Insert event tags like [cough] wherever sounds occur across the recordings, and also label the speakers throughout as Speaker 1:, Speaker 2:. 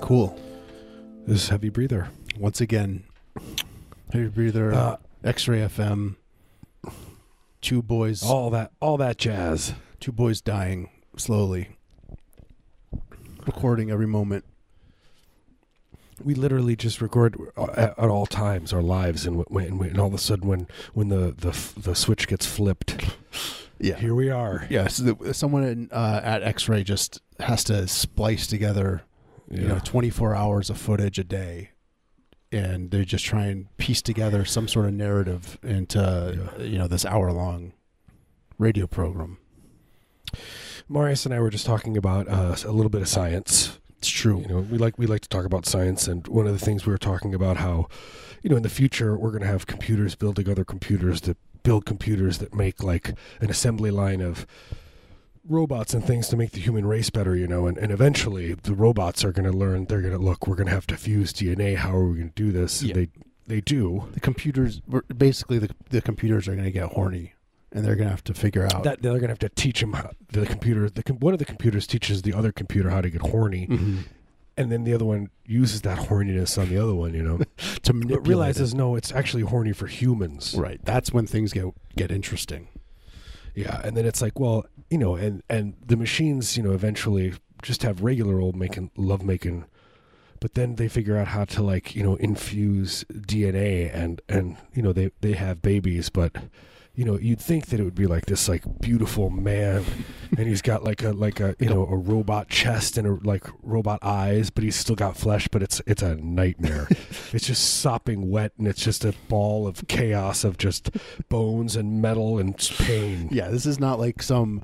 Speaker 1: Cool.
Speaker 2: This is Heavy Breather.
Speaker 1: Once again, Heavy Breather,
Speaker 2: Uh,
Speaker 1: X Ray FM, two boys,
Speaker 2: All that, all that jazz.
Speaker 1: two boys dying slowly, recording every moment.
Speaker 2: We literally just record uh, at, at all times our lives, and when, when, when all of a sudden, when when the the, f- the switch gets flipped,
Speaker 1: Yeah.
Speaker 2: here we are.
Speaker 1: Yeah, so that someone in, uh, at X Ray just has to splice together, you know, 24 hours of footage a day. And they just try and piece together some sort of narrative into, you know, this hour long radio program.
Speaker 2: Marius and I were just talking about uh, a little bit of science.
Speaker 1: It's true.
Speaker 2: You know, we like we like to talk about science, and one of the things we were talking about how, you know, in the future we're going to have computers building other computers that build computers that make like an assembly line of robots and things to make the human race better. You know, and, and eventually the robots are going to learn. They're going to look. We're going to have to fuse DNA. How are we going to do this? And
Speaker 1: Yeah.
Speaker 2: They they do.
Speaker 1: the computers we're- basically the, the computers are going to get horny and they're going to have to figure out
Speaker 2: That they're going to have to teach them how, the computer. The com- one of the computers teaches the other computer how to get horny.
Speaker 1: Mhm.
Speaker 2: and then the other one uses that horniness on the other one, you know,
Speaker 1: to manipulate
Speaker 2: but realizes no, it's actually horny for humans.
Speaker 1: it. right that's when things get get interesting
Speaker 2: Yeah, and then it's like, well, you know, and and the machines, you know, eventually just have regular old making love making, but then they figure out how to like you know infuse DNA and and you know they they have babies, but you know you'd think that it would be like this like beautiful man, and he's got like a like a you know a robot chest and a, like robot eyes, but he's still got flesh, but it's it's a nightmare. it's just sopping wet, and it's just a ball of chaos of just bones and metal and pain.
Speaker 1: yeah this is not like some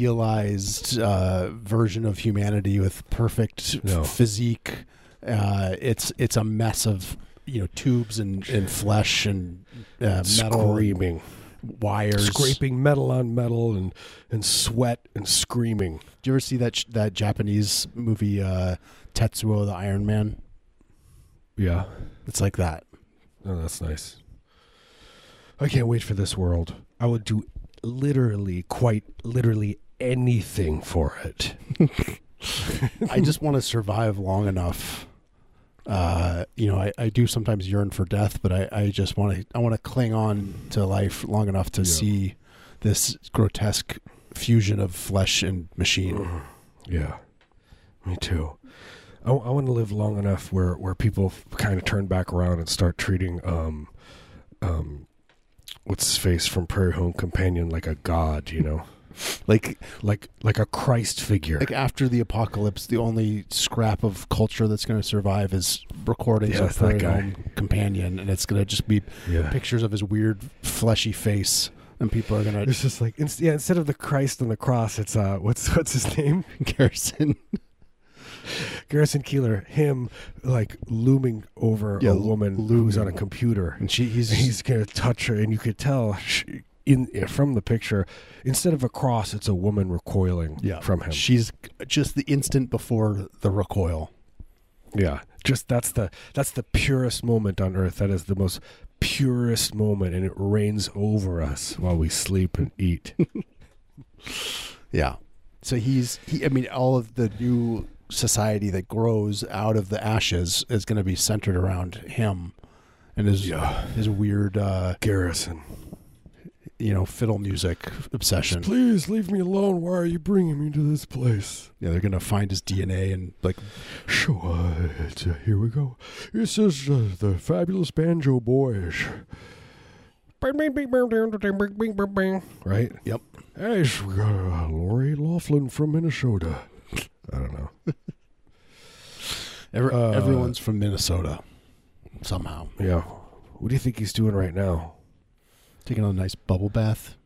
Speaker 1: idealized uh, version of humanity with perfect
Speaker 2: No.
Speaker 1: physique uh, it's it's a mess of you know tubes and, and flesh and uh, metal and
Speaker 2: screaming,
Speaker 1: wires
Speaker 2: scraping metal on metal, and and sweat and screaming.
Speaker 1: do you ever see that sh- that japanese movie uh, tetsuo the iron man
Speaker 2: Yeah,
Speaker 1: it's like that
Speaker 2: oh, that's nice. I can't wait for this world. I would do literally, quite literally, anything for it.
Speaker 1: I just want to survive long enough. Uh, you know, I, I do sometimes yearn for death, but I, I just want to I want to cling on to life long enough to
Speaker 2: Yeah.
Speaker 1: see this grotesque fusion of flesh and machine.
Speaker 2: Yeah, me too. I, want to live long enough where where people kind of turn back around and start treating um um what's his face from Prairie Home Companion like a god, you know,
Speaker 1: Like
Speaker 2: like like a Christ figure.
Speaker 1: like after the apocalypse, the only scrap of culture that's going to survive is recordings
Speaker 2: Yeah,
Speaker 1: of
Speaker 2: it's that
Speaker 1: Prairie
Speaker 2: guy.
Speaker 1: Home Companion, and it's going to just be
Speaker 2: yeah.
Speaker 1: pictures of his weird fleshy face, and people are going to
Speaker 2: It's just like in, yeah. Instead of the Christ on the cross, it's uh, what's [laughs] what's his name?
Speaker 1: [laughs] Garrison.
Speaker 2: Garrison Keeler. Him like looming over
Speaker 1: Yeah,
Speaker 2: a woman who's on a computer.
Speaker 1: And she he's, [laughs]
Speaker 2: He's gonna touch her, and you could tell she, in eh, from the picture. Instead of a cross, it's a woman recoiling from him.
Speaker 1: She's just the instant before the recoil.
Speaker 2: yeah, just that's the that's the purest moment on earth. That is the most purest moment, and it rains over us while we sleep and eat.
Speaker 1: Yeah. So he's he I mean all of the new society that grows out of the ashes is going to be centered around him and his
Speaker 2: Yeah.
Speaker 1: his weird uh
Speaker 2: Garrison,
Speaker 1: you know fiddle music obsession.
Speaker 2: please leave me alone. Why are you bringing me to this place?
Speaker 1: Yeah, they're going to find his DNA and like
Speaker 2: So, uh, it's, uh, here we go. This is uh, the fabulous Banjo Boys. Right?
Speaker 1: Yep.
Speaker 2: Hey, it's, uh, Lori Laughlin from Minnesota. I don't know.
Speaker 1: every,
Speaker 2: Uh,
Speaker 1: everyone's from Minnesota somehow.
Speaker 2: Yeah. What do you think he's doing right now?
Speaker 1: Taking a nice bubble bath.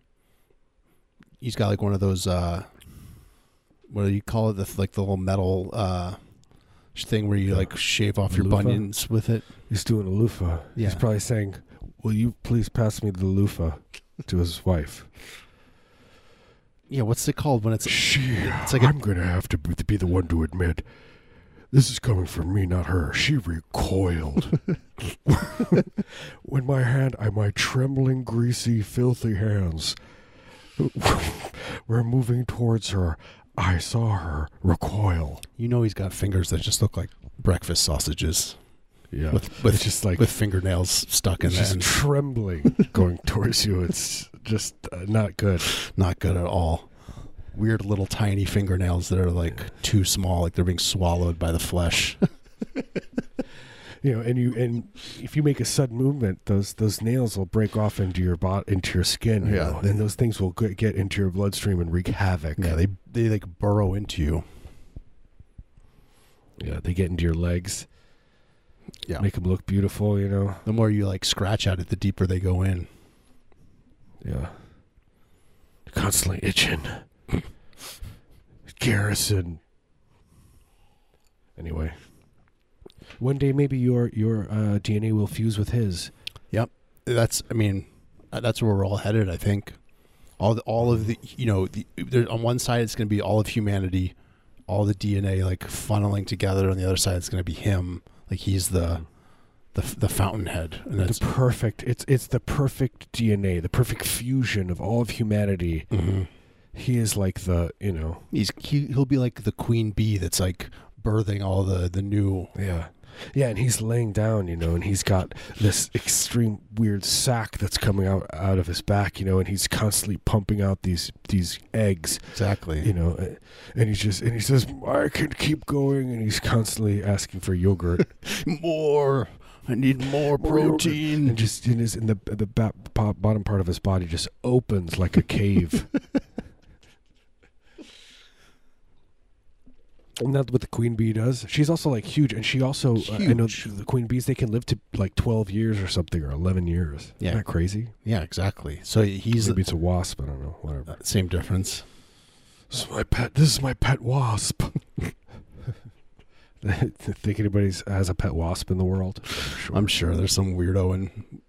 Speaker 1: He's got like one of those uh what do you call it? The like the little metal uh thing where you like shave off
Speaker 2: A
Speaker 1: your
Speaker 2: loofah?
Speaker 1: bunions with it.
Speaker 2: He's doing a loofah. He's
Speaker 1: Yeah.
Speaker 2: probably saying, Will you please pass me the loofah to his wife?
Speaker 1: Yeah, what's it called when it's
Speaker 2: She,
Speaker 1: It's like a-
Speaker 2: I'm going to have to be be the one to admit this is coming from me, not her.
Speaker 1: [laughs]
Speaker 2: She recoiled. when my hand, I, my trembling, greasy, filthy hands were moving towards her, I saw her recoil.
Speaker 1: You know he's got fingers that just look like breakfast sausages
Speaker 2: Yeah,
Speaker 1: with with
Speaker 2: it's just like
Speaker 1: with fingernails stuck in
Speaker 2: it's
Speaker 1: there.
Speaker 2: just
Speaker 1: and
Speaker 2: trembling
Speaker 1: [laughs]
Speaker 2: going towards you. It's just uh, not good.
Speaker 1: Not good at all. Weird little tiny fingernails that are like too small, like they're being swallowed by the flesh.
Speaker 2: You know, and you and if you make a sudden movement, those those nails will break off into your bot into your skin. you
Speaker 1: Yeah.
Speaker 2: know, and those things will get get into your bloodstream and wreak
Speaker 1: [laughs]
Speaker 2: havoc.
Speaker 1: yeah, they they like burrow into you.
Speaker 2: Yeah, they get into your legs.
Speaker 1: Yeah.
Speaker 2: make them look beautiful. You know.
Speaker 1: The more you like scratch at it, the deeper they go in.
Speaker 2: Yeah. Constantly itching. Garrison. Anyway. One day maybe your your uh, DNA will fuse with his.
Speaker 1: That's I mean, uh, that's where we're all headed. I think all the, all of the you know the, there, on one side it's going to be all of humanity, all the DNA like funneling together. On the other side it's going to be him. Like he's the the the fountainhead, and
Speaker 2: The
Speaker 1: that's
Speaker 2: perfect it's it's the perfect DNA, the perfect fusion of all of humanity.
Speaker 1: Mhm.
Speaker 2: He is like the you know
Speaker 1: he's he, he'll be like the queen bee that's like birthing all the the new
Speaker 2: Yeah. Yeah, and he's laying down, you know, and he's got this extreme weird sack that's coming out out of his back, you know, and he's constantly pumping out these these eggs
Speaker 1: exactly.
Speaker 2: you know uh, and he's just and he says i can keep going and he's constantly asking for yogurt
Speaker 1: more. I need more
Speaker 2: More yogurt.
Speaker 1: protein.
Speaker 2: and just in his in the the ba- po- bottom part of his body just opens like
Speaker 1: [laughs]
Speaker 2: a cave And that's what the queen bee does. She's also like huge, and she also uh, I know
Speaker 1: Huge.
Speaker 2: the queen bees they can live to like twelve years or something or eleven years.
Speaker 1: Yeah.
Speaker 2: Isn't that crazy?
Speaker 1: yeah, exactly. So he's
Speaker 2: Maybe it's a wasp. I don't know. Whatever.
Speaker 1: uh, same difference.
Speaker 2: This is my pet. This is my pet wasp. [laughs] Think anybody has a pet wasp in the world?
Speaker 1: I'm sure there's some weirdo in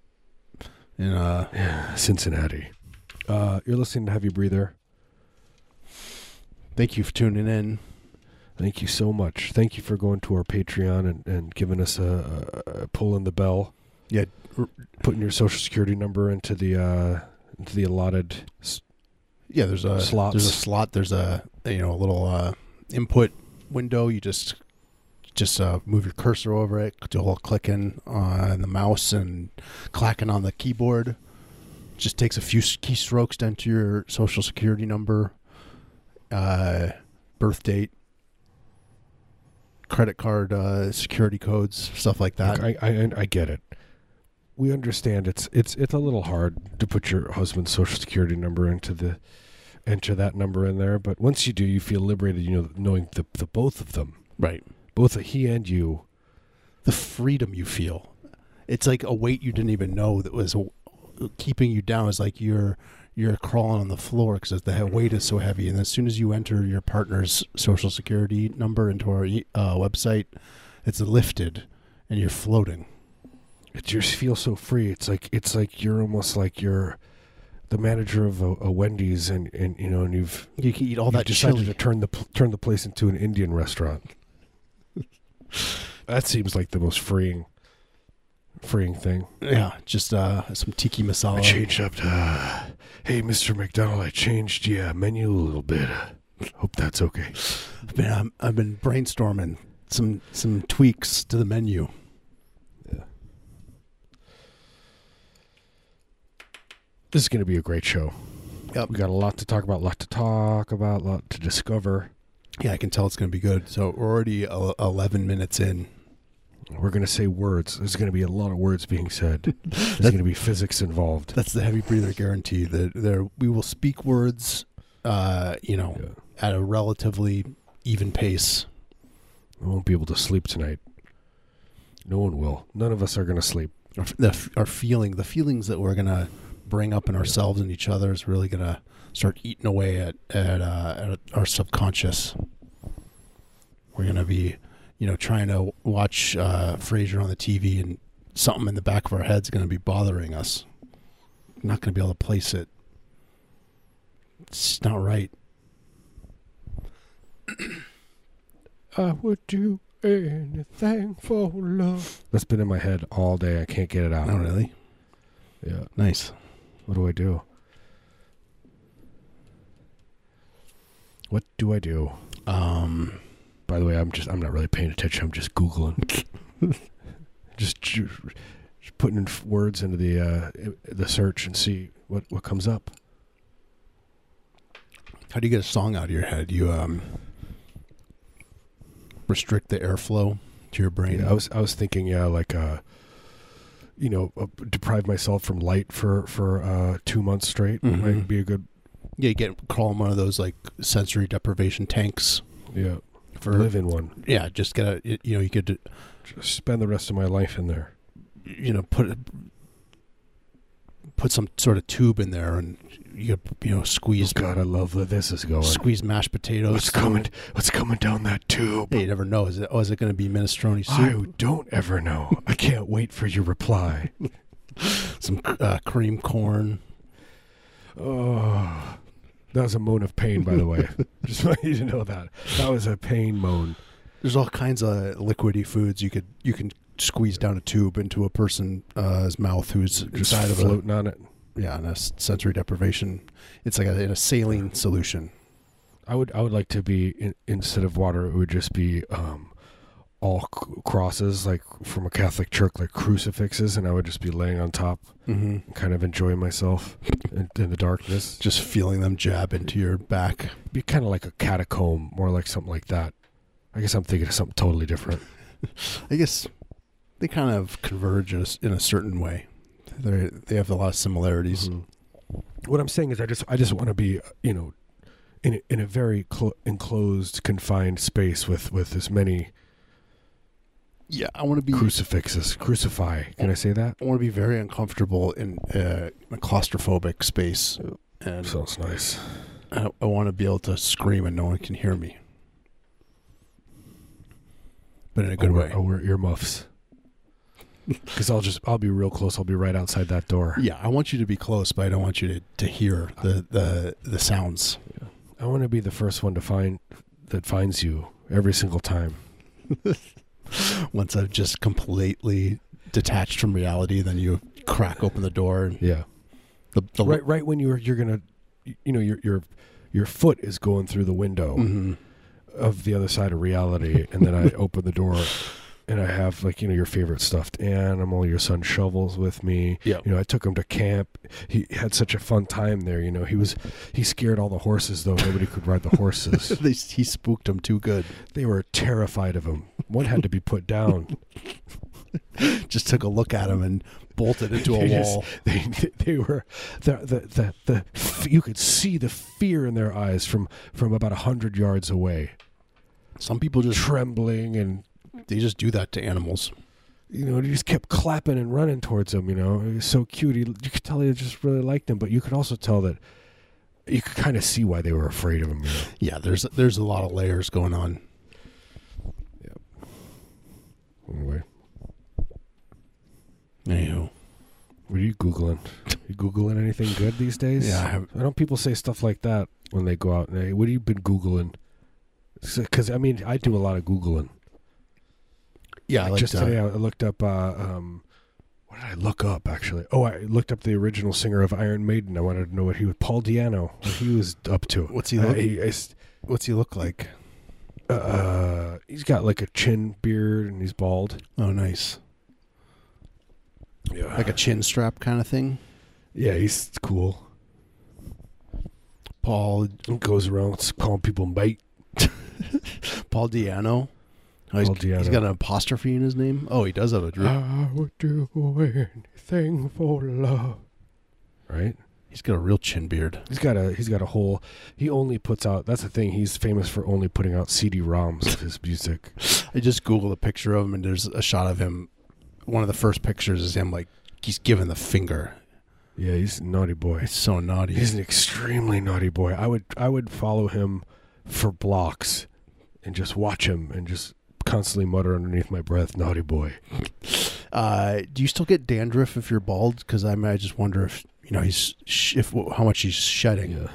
Speaker 1: in uh
Speaker 2: Yeah, Cincinnati. Uh, you're listening to Heavy Breather.
Speaker 1: thank you for tuning in.
Speaker 2: Thank you so much. Thank you for going to our Patreon and, and giving us a, a, a pull in the bell.
Speaker 1: Yeah.
Speaker 2: putting your social security number into the uh, into the allotted. s-
Speaker 1: Yeah, there's a
Speaker 2: Slots.
Speaker 1: there's a slot, there's a you know, a little uh input window. You just just uh, move your cursor over it, do a little clicking on the mouse and clacking on the keyboard. Just takes a few s- keystrokes down to your social security number, uh, birth date, credit card uh, security codes, stuff like that.
Speaker 2: I, I I- I get it. We understand it's it's it's a little hard to put your husband's social security number into the enter that number in there, but once you do, you feel liberated. You know, knowing the the both of them,
Speaker 1: Right.
Speaker 2: both he and you.
Speaker 1: the freedom you feel. It's like a weight you didn't even know that was keeping you down. It's like you're you're crawling on the floor because the he- weight is so heavy. And as soon as you enter your partner's social security number into our e- uh, website, it's lifted and you're floating.
Speaker 2: It just feels so free. It's like it's like you're almost like you're the manager of a, a Wendy's, and, and you know, and you've
Speaker 1: You can eat all
Speaker 2: you've
Speaker 1: that
Speaker 2: decided
Speaker 1: chili.
Speaker 2: to turn the pl- turn the place into an Indian restaurant.
Speaker 1: [laughs]
Speaker 2: that seems like the most freeing freeing thing.
Speaker 1: yeah, just uh, some tiki
Speaker 2: I
Speaker 1: masala.
Speaker 2: changed up to, uh, hey, Mr. McDonald, I changed yeah menu a little bit. Hope that's okay.
Speaker 1: I've been, I'm- I've been brainstorming some some tweaks to the menu.
Speaker 2: This is going to be a great show.
Speaker 1: Yep.
Speaker 2: We got a lot to talk about, lot to talk about, lot to discover.
Speaker 1: Yeah, I can tell it's going to be good. So we're already el- 11 minutes in.
Speaker 2: We're going to say words. There's going to be a lot of words being [laughs] said. There's going to be physics involved.
Speaker 1: That's the heavy breather guarantee. That there we will speak words, uh, you know,
Speaker 2: Yeah.
Speaker 1: at a relatively even pace.
Speaker 2: I won't be able to sleep tonight. No one will. None of us are going to sleep.
Speaker 1: Our, f- the, f- our feeling, the feelings that we're gonna bring up in ourselves and each other, is really gonna start eating away at at, uh, at our subconscious. We're gonna be, you know, trying to watch uh, Frasier on the TV, and something in the back of our head's gonna be bothering us. Not gonna be able to place it. It's not right.
Speaker 2: I would do anything for love. That's been in my head all day. I can't get it out.
Speaker 1: Not Oh, really.
Speaker 2: Yeah.
Speaker 1: Nice.
Speaker 2: What do I do? What do I do?
Speaker 1: Um,
Speaker 2: By the way, I'm just I'm not really paying attention. I'm just googling, [laughs] just, ju- just putting in f- words into the uh, i- the search and see what what comes up.
Speaker 1: how do you get a song out of your head? You um, restrict the airflow to your brain.
Speaker 2: Yeah, I was I was thinking, yeah, like uh, you know, uh, deprive myself from light for for uh, two months straight
Speaker 1: Mhm.
Speaker 2: might be a good
Speaker 1: yeah, you get crawl in one of those like sensory deprivation tanks
Speaker 2: yeah
Speaker 1: for
Speaker 2: live in one.
Speaker 1: yeah. Just get a you know you could
Speaker 2: Just spend the rest of my life in there.
Speaker 1: you know put put some sort of tube in there and you could, you know
Speaker 2: Oh
Speaker 1: squeeze
Speaker 2: God, I love where this is going.
Speaker 1: squeeze mashed potatoes.
Speaker 2: What's
Speaker 1: through.
Speaker 2: coming? What's coming down that tube?
Speaker 1: Yeah, you never know. Is it oh, is it going to be minestrone
Speaker 2: I
Speaker 1: soup?
Speaker 2: don't ever know. I can't wait for your reply.
Speaker 1: Some uh, cream corn.
Speaker 2: Oh, that was a moan of pain, by the way. Just want you to know that that was a pain moan.
Speaker 1: There's all kinds of liquidy foods you could you can squeeze down a tube into a person's uh, mouth who's
Speaker 2: Just
Speaker 1: inside of a
Speaker 2: floating on it.
Speaker 1: yeah, in a s- sensory deprivation. It's like a, in a saline solution.
Speaker 2: I would I would like to be in, instead of water, it would just be um, all c- crosses like from a Catholic church, like crucifixes, and I would just be laying on top,
Speaker 1: Mm-hmm.
Speaker 2: and kind of enjoying myself in, in the darkness.
Speaker 1: Just feeling them jab into your back.
Speaker 2: Be kind of like a catacomb, more like something like that. I guess I'm thinking of something totally different.
Speaker 1: I guess they kind of converge in a, s- in a certain way. They they have a lot of similarities.
Speaker 2: Mhm. What I'm saying is, I just I just want to be you know, in a, in a very cl- enclosed, confined space with with as many
Speaker 1: Yeah, I want to be
Speaker 2: crucifixes. Crucify. Can I say that?
Speaker 1: I want to be very uncomfortable in, uh, in a claustrophobic space, and
Speaker 2: Sounds nice.
Speaker 1: I, I want to be able to scream and no one can hear me, but in a good
Speaker 2: I'll wear,
Speaker 1: way.
Speaker 2: I'll wear
Speaker 1: [laughs]
Speaker 2: earmuffs. Because I'll just I'll be real close. I'll be right outside that door.
Speaker 1: Yeah, I want you to be close, but I don't want you to, to hear the, the the sounds.
Speaker 2: I want to be the first one to find that finds you every single time.
Speaker 1: Once I've just completely detached from reality, then you crack open the door and
Speaker 2: Yeah.
Speaker 1: the, the [laughs]
Speaker 2: Right. Right when you're you're gonna, you know, your your your foot is going through the window.
Speaker 1: Mhm.
Speaker 2: of the other side of reality and then i open the door and i have like you know your favorite stuffed animal your son shovels with me
Speaker 1: Yeah.
Speaker 2: you know i took him to camp he had such a fun time there you know he was he scared all the horses though nobody could ride
Speaker 1: [laughs]
Speaker 2: the horses
Speaker 1: They, he spooked him too good.
Speaker 2: they were terrified of him one had to be put down
Speaker 1: Just took a look at him and bolted
Speaker 2: [laughs]
Speaker 1: into a
Speaker 2: They just-
Speaker 1: wall.
Speaker 2: they they were the the the, the you could see the fear in their eyes from from about a hundred yards away
Speaker 1: Some people just
Speaker 2: trembling and
Speaker 1: they just do that to animals.
Speaker 2: you know, he just kept clapping and running towards him. You know, he was so cute. He, you could tell he just really liked him, but you could also tell that you could kind of see why they were afraid of him. You know?
Speaker 1: Yeah, there's there's a lot of layers going on.
Speaker 2: Anyway,
Speaker 1: Anywho,
Speaker 2: what are you googling? You googling anything good these days?
Speaker 1: yeah, I have,
Speaker 2: Why don't people say stuff like that when they go out? and they, What have you been googling? Because I mean, I do a lot of googling.
Speaker 1: yeah, I
Speaker 2: Like
Speaker 1: like
Speaker 2: just
Speaker 1: to-
Speaker 2: today, I I looked up. Uh, um, what did I look up actually? Oh, I looked up the original singer of Iron Maiden. I wanted to know what he was. Paul Diano. What he was up to.
Speaker 1: What's he
Speaker 2: Uh,
Speaker 1: look-
Speaker 2: he- I s-
Speaker 1: What's he look like?
Speaker 2: uh, he's got like a chin beard and he's bald.
Speaker 1: Oh, nice,
Speaker 2: Yeah,
Speaker 1: like a chin strap kind of thing.
Speaker 2: yeah, he's cool.
Speaker 1: Paul
Speaker 2: He goes around calling people mate.
Speaker 1: Paul Diano. Oh, he's,
Speaker 2: Paul Diano.
Speaker 1: he's got an apostrophe in his name. Oh, he does have a. dr-
Speaker 2: I would do anything for love. Right?
Speaker 1: He's got a real chin beard.
Speaker 2: He's got a he's got a whole. He only puts out. That's the thing. He's famous for only putting out CD-ROMs of his music.
Speaker 1: I just googled a picture of him, and there's a shot of him. One of the first pictures is him like he's giving the finger.
Speaker 2: Yeah, he's a naughty boy.
Speaker 1: It's so naughty.
Speaker 2: He's an extremely naughty boy. I would I would follow him for blocks, and just watch him and just constantly mutter underneath my breath, "Naughty boy."
Speaker 1: Uh, do you still get dandruff if you're bald? Because I mean, I just wonder if you know he's sh- if how much he's shedding.
Speaker 2: Yeah.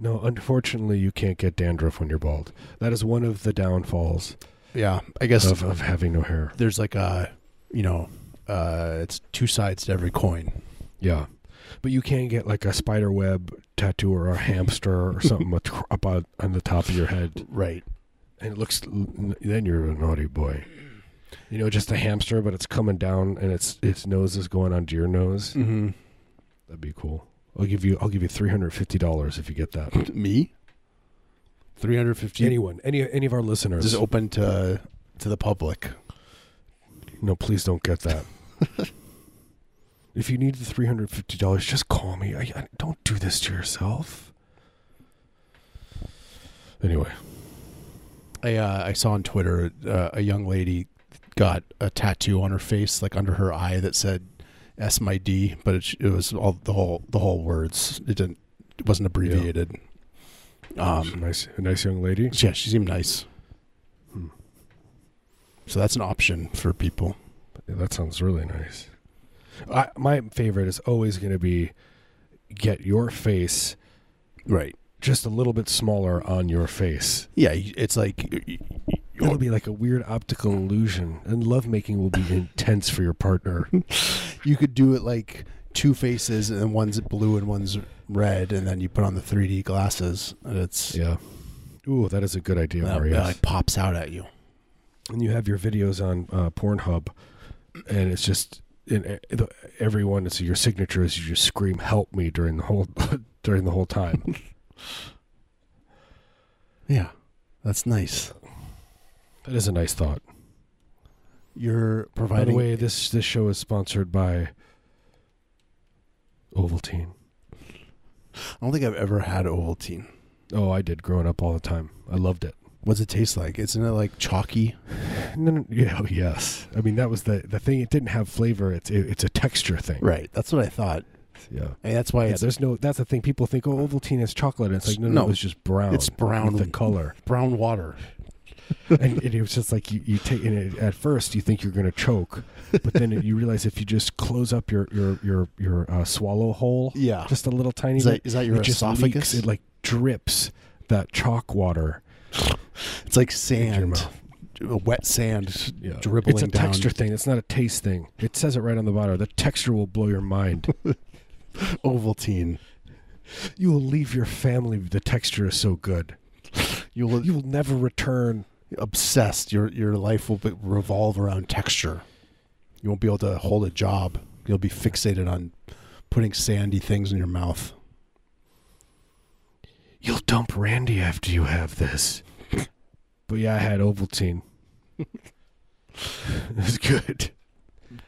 Speaker 2: No, unfortunately, you can't get dandruff when you're bald. That is one of the downfalls
Speaker 1: Yeah, I guess
Speaker 2: of, of having no hair.
Speaker 1: there's like a you know uh, it's two sides to every coin.
Speaker 2: Yeah. But you can get like a spider web tattoo or a hamster or something up- up on, on the top of your head,
Speaker 1: Right.
Speaker 2: and it looks. Then you're a naughty boy. You know, just a hamster, but it's coming down, and its its nose is going onto your nose.
Speaker 1: Mm-hmm.
Speaker 2: That'd be cool. I'll give you. I'll give you three hundred fifty dollars if you
Speaker 1: [clears throat]
Speaker 2: get that.
Speaker 1: Me? 350
Speaker 2: Anyone, any any of our listeners,
Speaker 1: This is open to to the public.
Speaker 2: No, please don't
Speaker 1: [laughs]
Speaker 2: get that. if you need the three hundred fifty dollars, just call me. I, I don't do this to yourself. Anyway,
Speaker 1: I uh, I saw on Twitter uh, a young lady got a tattoo on her face, like under her eye, that said "S my D," but it, it was all the whole the whole words. It didn't it wasn't abbreviated.
Speaker 2: she's a
Speaker 1: Um,
Speaker 2: nice, a nice young lady.
Speaker 1: yeah, she seemed nice.
Speaker 2: Hmm.
Speaker 1: So that's an option for people.
Speaker 2: Yeah, that sounds really nice. I, my favorite is always going to be get your face
Speaker 1: Right.
Speaker 2: just a little bit smaller on your face.
Speaker 1: Yeah, it's like y- y-
Speaker 2: It'll be like a weird optical illusion, and lovemaking
Speaker 1: [laughs]
Speaker 2: will be intense for your partner.
Speaker 1: you could do it like two faces and one's blue and one's red and then you put on the 3D glasses and it's
Speaker 2: Yeah. Ooh, that is a good idea,
Speaker 1: that,
Speaker 2: Marius.
Speaker 1: that, like pops out at you.
Speaker 2: and you have your videos on uh, Pornhub, and it's just and e- the- everyone. It's your signature is you just scream "Help me!" during the whole [laughs] during the whole
Speaker 1: [laughs]
Speaker 2: time.
Speaker 1: Yeah. That's nice.
Speaker 2: that is a nice thought.
Speaker 1: You're
Speaker 2: By the
Speaker 1: providing
Speaker 2: way, this this show is sponsored by Ovaltine.
Speaker 1: I don't think I've ever had Ovaltine.
Speaker 2: Oh, I did growing up all the time. I loved it.
Speaker 1: What's it taste like? Isn't it like chalky?
Speaker 2: No, no, [laughs] yeah, oh, yes. I mean that was the the thing. It didn't have flavor. It's it, it's a texture thing.
Speaker 1: Right. Oh, That's what I thought.
Speaker 2: Yeah.
Speaker 1: I mean, that's why
Speaker 2: Yeah,
Speaker 1: it's
Speaker 2: there's no. That's the thing. People think, oh, Ovaltine is chocolate. And it's like, no, no,
Speaker 1: No.
Speaker 2: it was just brown.
Speaker 1: It's brown.
Speaker 2: with the color.
Speaker 1: brown water.
Speaker 2: and, and it was just like you, you take and it, at first you think you're going to choke but then you realize if you just close up your your your, your uh, swallow hole
Speaker 1: Yeah.
Speaker 2: just a little tiny
Speaker 1: Is that,
Speaker 2: bit
Speaker 1: is that your
Speaker 2: it just
Speaker 1: esophagus?
Speaker 2: leaks, it like drips that chalk water
Speaker 1: it's like
Speaker 2: into your
Speaker 1: sand,
Speaker 2: mouth
Speaker 1: wet sand
Speaker 2: yeah.
Speaker 1: dribbling
Speaker 2: it's a
Speaker 1: down.
Speaker 2: texture thing it's not a taste thing it says it right on the bottle the texture will blow your mind
Speaker 1: Ovaltine.
Speaker 2: you will leave your family the texture is so good
Speaker 1: You'll
Speaker 2: you will never return
Speaker 1: obsessed. Your your life will be, revolve around texture. You won't be able to hold a job. You'll be fixated on putting sandy things in your mouth.
Speaker 2: you'll dump randy after you have this but yeah i had [laughs] ovaltine it was good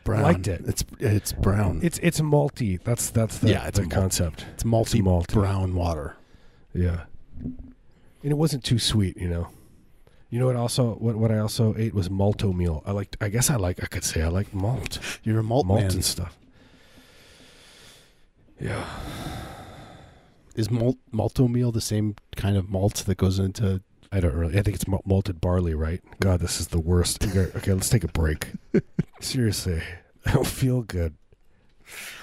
Speaker 1: Brown.
Speaker 2: Liked it.
Speaker 1: It's it's brown.
Speaker 2: It's it's malty. That's that's the,
Speaker 1: Yeah, it's
Speaker 2: the
Speaker 1: a malt.
Speaker 2: concept.
Speaker 1: it's malty
Speaker 2: it's malty.
Speaker 1: brown water.
Speaker 2: Yeah. And it wasn't too sweet, you know. You know what also what, what I also ate was malto meal. I liked I guess I like I could say I like malt.
Speaker 1: You're a malt,
Speaker 2: malt
Speaker 1: man.
Speaker 2: and stuff. Yeah.
Speaker 1: Is malt malto meal the same kind of malt that goes into?
Speaker 2: I don't really I think it's mal- malted barley, right? God, this is the worst. Okay, okay, let's take a break. Seriously. I don't feel good.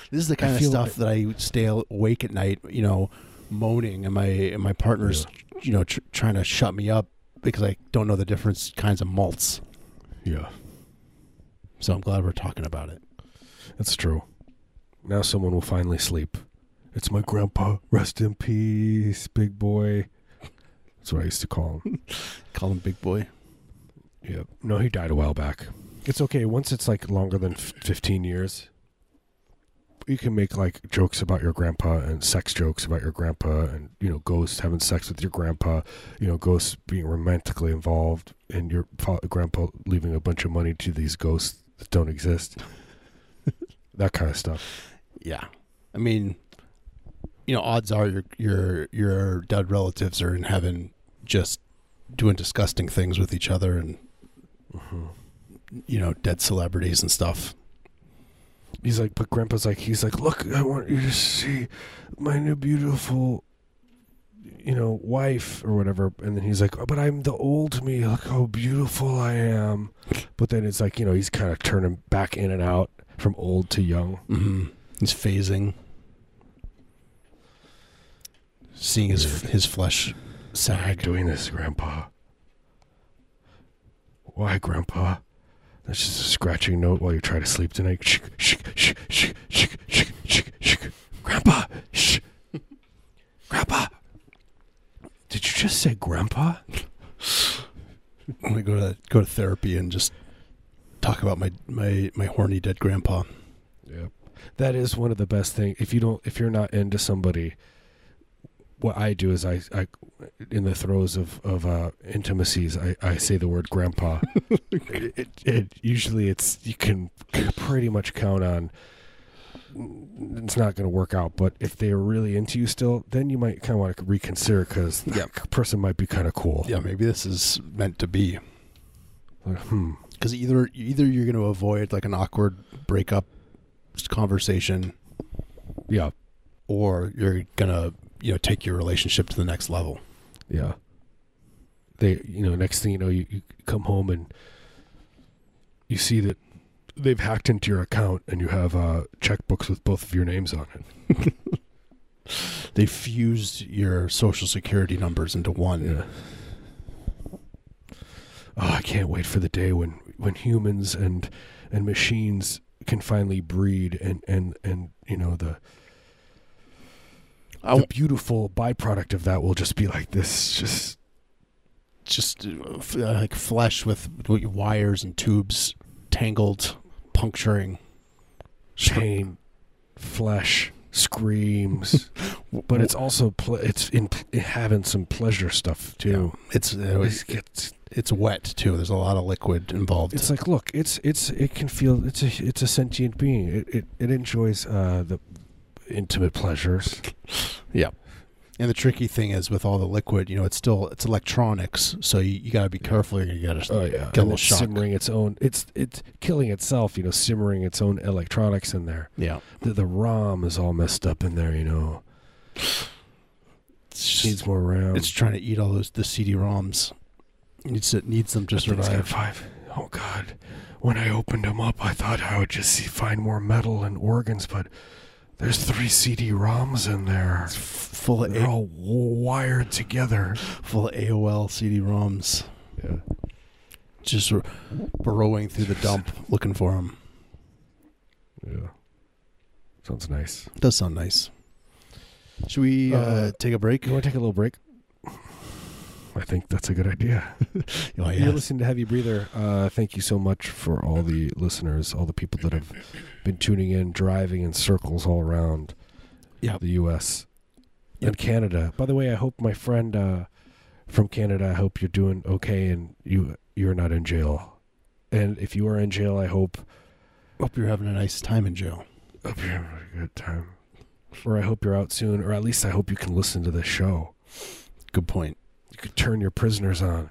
Speaker 1: This is the
Speaker 2: I
Speaker 1: kind of
Speaker 2: feel
Speaker 1: stuff that I stay awake at night, you know, moaning, and my and my partner's, you know, tr- trying to shut me up because I don't know the difference kinds of malts.
Speaker 2: Yeah.
Speaker 1: So I'm glad we're talking about it.
Speaker 2: That's true. Now someone will finally sleep. It's my grandpa. Rest in peace, big boy. That's what I used to call him.
Speaker 1: Call him Big Boy.
Speaker 2: yep. No, he died a while back. It's okay. Once it's like longer than f- 15 years, you can make like jokes about your grandpa and sex jokes about your grandpa and, you know, ghosts having sex with your grandpa, you know, ghosts being romantically involved and your fa- grandpa leaving a bunch of money to these ghosts that don't [laughs] exist. that kind of stuff.
Speaker 1: Yeah, I mean, you know, odds are your your your dead relatives are in heaven, just doing disgusting things with each other, and
Speaker 2: Mhm.
Speaker 1: you know, dead celebrities and stuff.
Speaker 2: He's like, but Grandpa's like, he's like, look, I want you to see my new beautiful, you know, wife or whatever. And then he's like, oh, but I'm the old me. Look how beautiful I am. But then it's like, you know, he's kind of turning back in and out from old to young.
Speaker 1: Mm-hmm. He's phasing, seeing his
Speaker 2: Weird.
Speaker 1: his flesh
Speaker 2: Why are you
Speaker 1: sag.
Speaker 2: doing this, Grandpa? Why, Grandpa? That's just a scratching note while you try to sleep tonight. Shh, shh, shh, shh, shh, shh, shh, shh. Grandpa, shh. Grandpa, did you just say Grandpa?
Speaker 1: I'm gonna go to go to therapy and just talk about my my my horny dead grandpa.
Speaker 2: Yep. That is one of the best things. If you don't, if you're not into somebody, what I do is I, I in the throes of of uh, intimacies, I, I say the word grandpa. it, it, it- usually it's you can pretty much count on. It's not going to work out, but if they are really into you still, then you might kind of want to reconsider because
Speaker 1: Yeah.
Speaker 2: that person might be kind of cool.
Speaker 1: Yeah, maybe this is meant to be
Speaker 2: Like, hmm.
Speaker 1: because either either you're gonna avoid like an awkward breakup conversation,
Speaker 2: Yeah.
Speaker 1: or you're gonna you know take your relationship to the next level.
Speaker 2: Yeah. They, you know, next thing you know, you, you come home and you see that they've hacked into your account and you have uh, checkbooks with both of your names on it.
Speaker 1: They fused your social security numbers into one.
Speaker 2: Oh, I can't wait for the day when, when humans and and machines can finally breed and and and you know the
Speaker 1: I
Speaker 2: the beautiful byproduct of that will just be like this just
Speaker 1: just uh, f- uh, like flesh with w- wires and tubes tangled, puncturing.
Speaker 2: pain, flesh, screams, but it's also ple- it's in having some pleasure stuff too.
Speaker 1: It's uh,
Speaker 2: It's,
Speaker 1: it's,
Speaker 2: it's,
Speaker 1: it's wet too. There's a lot of liquid involved.
Speaker 2: it's like look, it's it's it can feel it's a it's a sentient being. It it, it enjoys uh, the intimate pleasures.
Speaker 1: and the tricky thing is with all the liquid, you know, it's still it's electronics, so you, you got to be careful. You're gonna get a
Speaker 2: Oh yeah,
Speaker 1: Get a
Speaker 2: and
Speaker 1: little
Speaker 2: it's
Speaker 1: shock.
Speaker 2: simmering its own. It's it's killing itself. You know, simmering its own electronics in there.
Speaker 1: yeah.
Speaker 2: The, the ROM is all messed up in there. You know,
Speaker 1: It's, just-
Speaker 2: needs more RAM.
Speaker 1: it's trying to eat all those the CD-ROMs. Needs it needs them to
Speaker 2: That thing's got
Speaker 1: survive.
Speaker 2: five. Oh God! When I opened them up, I thought I would just see, find more metal and organs, but there's three CD-ROMs in there.
Speaker 1: It's f- full of
Speaker 2: They're
Speaker 1: a-
Speaker 2: all wired together.
Speaker 1: full of AOL CD-ROMs.
Speaker 2: Yeah.
Speaker 1: Just r- burrowing through the dump looking for them.
Speaker 2: Yeah. Sounds nice.
Speaker 1: Does sound nice. Should we uh,
Speaker 2: Uh,
Speaker 1: take a break?
Speaker 2: You want to take a little break? I think that's a good idea.
Speaker 1: Oh,
Speaker 2: You're
Speaker 1: yeah.
Speaker 2: listening to Heavy Breather. Uh, thank you so much for all the listeners, all the people that have been tuning in, driving in circles all around
Speaker 1: Yep.
Speaker 2: the U.S.
Speaker 1: Yep.
Speaker 2: and Canada. By the way, I hope my friend uh, from Canada. I hope you're doing okay and you you're not in jail. And if you are in jail, I hope
Speaker 1: Hope you're having a nice time in jail.
Speaker 2: hope you're having a good time, or I hope you're out soon, or at least I hope you can listen to this show.
Speaker 1: Good point.
Speaker 2: You could turn your prisoners on,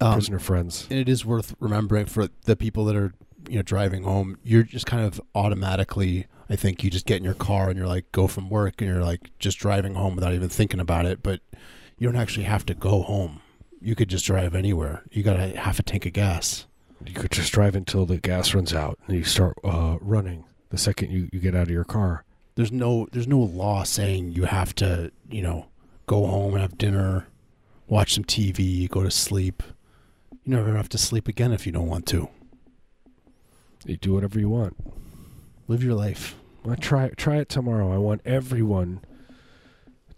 Speaker 1: Um,
Speaker 2: prisoner friends.
Speaker 1: and it is worth remembering for the people that are you know driving home. You're just kind of automatically. I think you just get in your car and you're like go from work and you're like just driving home without even thinking about it. But you don't actually have to go home. You could just drive anywhere. You got to half a tank of gas.
Speaker 2: You could just drive until the gas runs out, and you start uh, running the second you, you get out of your car.
Speaker 1: There's no there's no law saying you have to you know go home and have dinner, watch some TV, go to sleep. You never have to sleep again if you don't want to.
Speaker 2: You do whatever you want.
Speaker 1: Live your life.
Speaker 2: Well, try try it tomorrow. I want everyone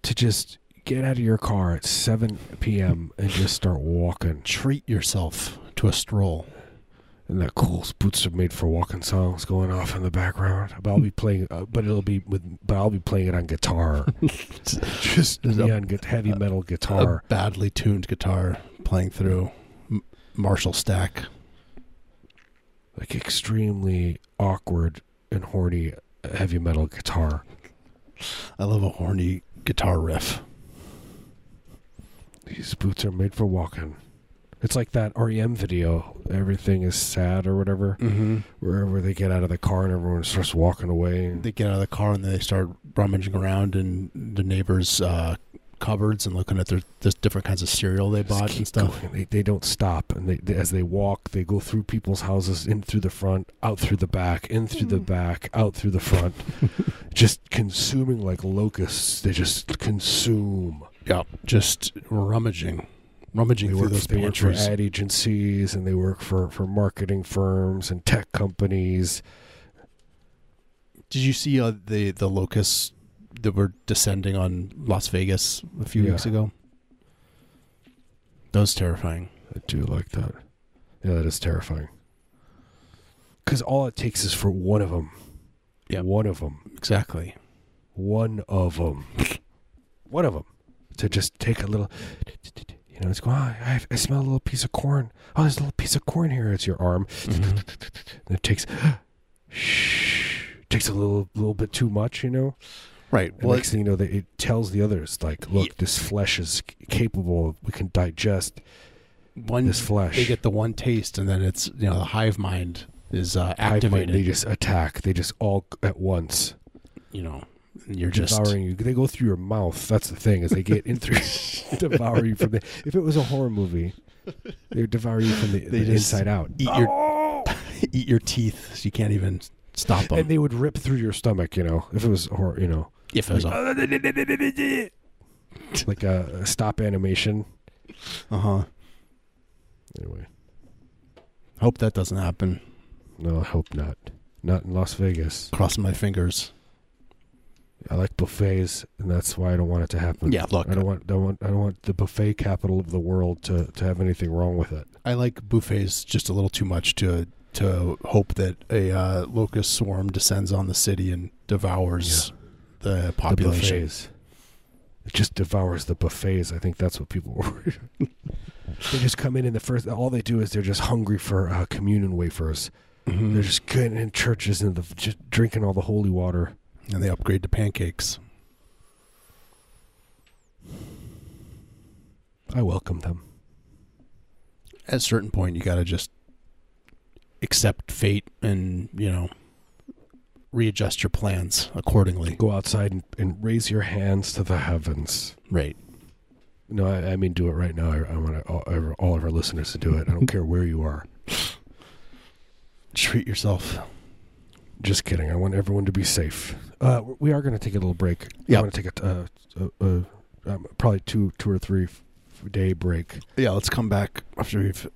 Speaker 2: to just get out of your car at 7 p.m. and just start walking.
Speaker 1: Treat yourself to a stroll.
Speaker 2: And that cool boots are made for walking songs going off in the background. But I'll be playing, uh, but it'll be with, but I'll be playing it on
Speaker 1: [laughs]
Speaker 2: guitar,
Speaker 1: just
Speaker 2: yeah,
Speaker 1: a,
Speaker 2: on gu- heavy metal
Speaker 1: a
Speaker 2: guitar.
Speaker 1: badly tuned guitar playing through M- Marshall Stack.
Speaker 2: like extremely awkward and horny uh, heavy metal guitar.
Speaker 1: I love a horny guitar riff.
Speaker 2: These boots are made for walking. It's like that REM video. Everything is sad or whatever.
Speaker 1: Mm-hmm.
Speaker 2: Wherever they get out of the car and everyone starts walking away.
Speaker 1: They get out of the car and they start rummaging around in the neighbors' uh, cupboards and looking at their the different kinds of cereal they
Speaker 2: Just
Speaker 1: bought
Speaker 2: keep
Speaker 1: and stuff.
Speaker 2: going. They, they don't stop, and they, they- as they walk, they go through people's houses, in through the front, out through the back, in through the back, out through
Speaker 1: [laughs]
Speaker 2: the front, just consuming like locusts. They just consume.
Speaker 1: Yeah, just rummaging, rummaging
Speaker 2: They
Speaker 1: through
Speaker 2: work,
Speaker 1: those
Speaker 2: they work for
Speaker 1: pantries.
Speaker 2: ad agencies, and they work for for marketing firms and tech companies.
Speaker 1: Did you see uh, the the locusts that were descending on Las Vegas a few
Speaker 2: Yeah.
Speaker 1: weeks ago? That was terrifying.
Speaker 2: I do like that. Yeah, that is terrifying. Because all it takes is for one of them.
Speaker 1: Yeah.
Speaker 2: One of them.
Speaker 1: Exactly.
Speaker 2: One of them. one of them. To just take a little, you know, it's going, oh, I, I smell a little piece of corn. Oh, there's a little piece of corn here. It's your arm.
Speaker 1: Mm-hmm.
Speaker 2: And it takes, shh, takes a little, little bit too much, you know?
Speaker 1: Right.
Speaker 2: And
Speaker 1: Well,
Speaker 2: next thing you know, they, it tells the others, like, look,
Speaker 1: Ye-
Speaker 2: this flesh is c- capable. of- We can digest
Speaker 1: one
Speaker 2: this flesh.
Speaker 1: they get the one taste, and then it's you know the hive mind is uh,
Speaker 2: Hive mind,
Speaker 1: activated.
Speaker 2: They just attack. They just all c- at once
Speaker 1: you know, and you're just
Speaker 2: devouring you. They go through your mouth. That's the thing is they get
Speaker 1: [laughs]
Speaker 2: in through, [laughs] devour you from the. If it was a horror movie, they would devour you from the,
Speaker 1: They
Speaker 2: the
Speaker 1: just
Speaker 2: inside out. Oh!
Speaker 1: eat your [laughs] eat your teeth, so you can't even stop them.
Speaker 2: and they would rip through your stomach. You know, if it was horror, you know,
Speaker 1: if it was a
Speaker 2: [laughs] like a, a stop animation.
Speaker 1: uh huh.
Speaker 2: Anyway,
Speaker 1: Hope that doesn't happen.
Speaker 2: no, I hope not. Not in Las Vegas.
Speaker 1: Crossing my fingers.
Speaker 2: I like buffets, and that's why I don't want it to happen.
Speaker 1: Yeah, look,
Speaker 2: I don't want, don't want, I don't want the buffet capital of the world to, to have anything wrong with it.
Speaker 1: I like buffets just a little too much to to hope that a uh, locust swarm descends on the city and devours the
Speaker 2: The
Speaker 1: population.
Speaker 2: buffets. It just devours the buffets. I think that's what people [laughs] were. worried. they just come in and the first. All they do is they're just hungry for uh, communion wafers.
Speaker 1: Mhm.
Speaker 2: They're just getting in churches and the, just drinking all the holy water.
Speaker 1: And they upgrade to pancakes.
Speaker 2: I welcome them.
Speaker 1: At a certain point, you got to just accept fate and you know readjust your plans accordingly.
Speaker 2: Go outside and, and raise your hands to the heavens.
Speaker 1: Right.
Speaker 2: No, I, I mean do it right now. I, I want all, our- all of our listeners to do it. I don't [laughs] care where you are.
Speaker 1: Treat yourself.
Speaker 2: Just kidding. I want everyone to be safe. Uh, we are going to take a little break.
Speaker 1: Yeah.
Speaker 2: I want to take a, uh, a, a, um, probably two, two or three f- day break.
Speaker 1: Yeah, let's come back after we've.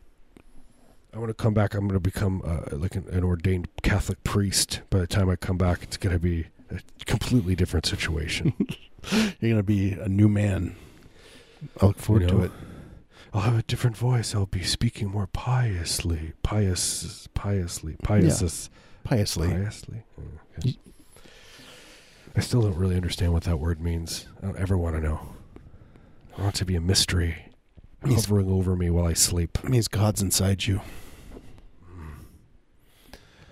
Speaker 2: I want to come back. I'm going to become uh, like an, an ordained Catholic priest. By the time I come back, it's going to be a completely different situation.
Speaker 1: You're gonna be a new man. I look forward
Speaker 2: You
Speaker 1: to
Speaker 2: know?
Speaker 1: it.
Speaker 2: I'll have a different voice. I'll be speaking more piously, pious, piously, pious,
Speaker 1: Piously.
Speaker 2: piously. Mm, okay. I still don't really understand what that word means. I don't ever want to know. I want it to be a mystery.
Speaker 1: Yes.
Speaker 2: hovering over me while I sleep.
Speaker 1: It means God's inside you.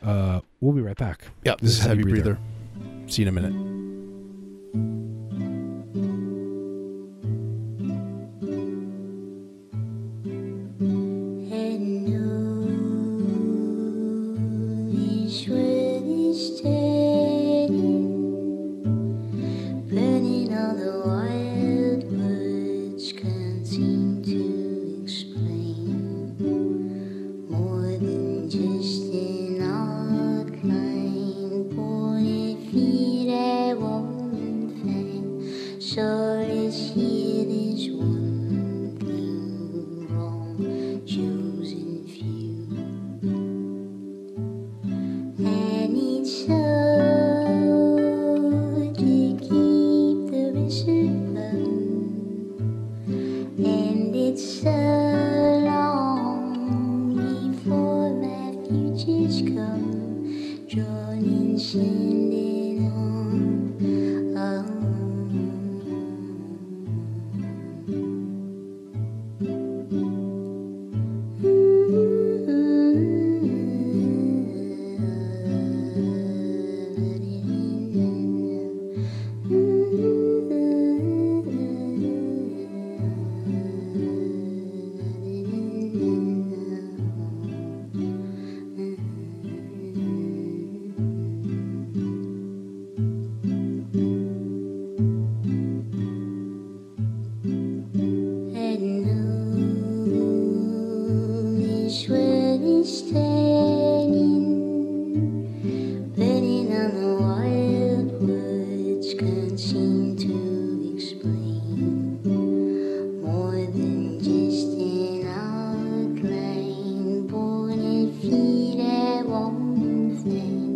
Speaker 2: Uh, we'll be right back.
Speaker 1: Yeah, this, is Heavy breather. See you in a minute.
Speaker 3: And all is really steady, burning all the wild words can't seem to explain more than just an outline. Boy, feet at one thing, sure is here is one thing wrong chosen few. And it's hard to keep the reserve, and it's so long before my futures come, drawn and sending on. on. Mm-hmm. Standing, burning on the wild words can't seem to explain more than just an outline. Born at feet at one thing,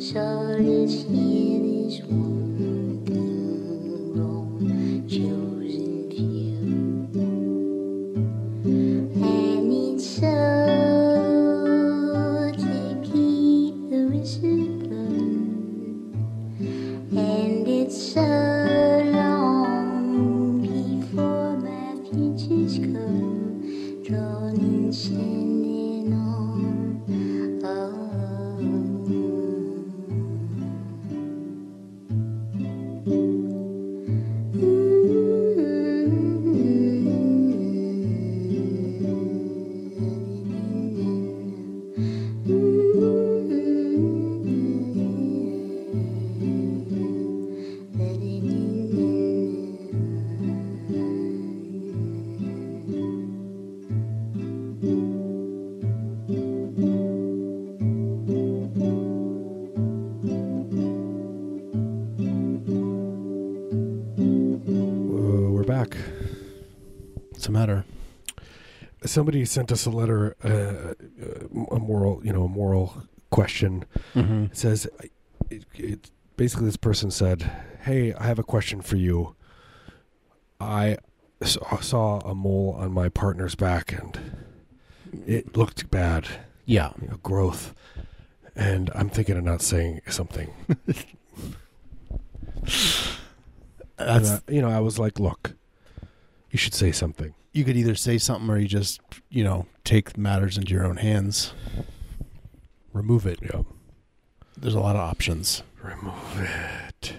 Speaker 3: so does he Mm-hmm.
Speaker 2: Uh, somebody sent us a letter, uh, uh, a moral, you know, a moral question.
Speaker 1: Mm-hmm.
Speaker 2: It says, I- it, it, basically, this person said, "Hey, I have a question for you. I s- saw a mole on my partner's back, and it looked bad.
Speaker 1: Yeah.
Speaker 2: You know, growth." And I'm thinking of not saying something. And
Speaker 1: That's
Speaker 2: I- you know, I was like, "Look, you should say something."
Speaker 1: you could either say something or you just you know take matters into your own hands. Remove it.
Speaker 2: Yeah.
Speaker 1: There's a lot of options.
Speaker 2: Remove it.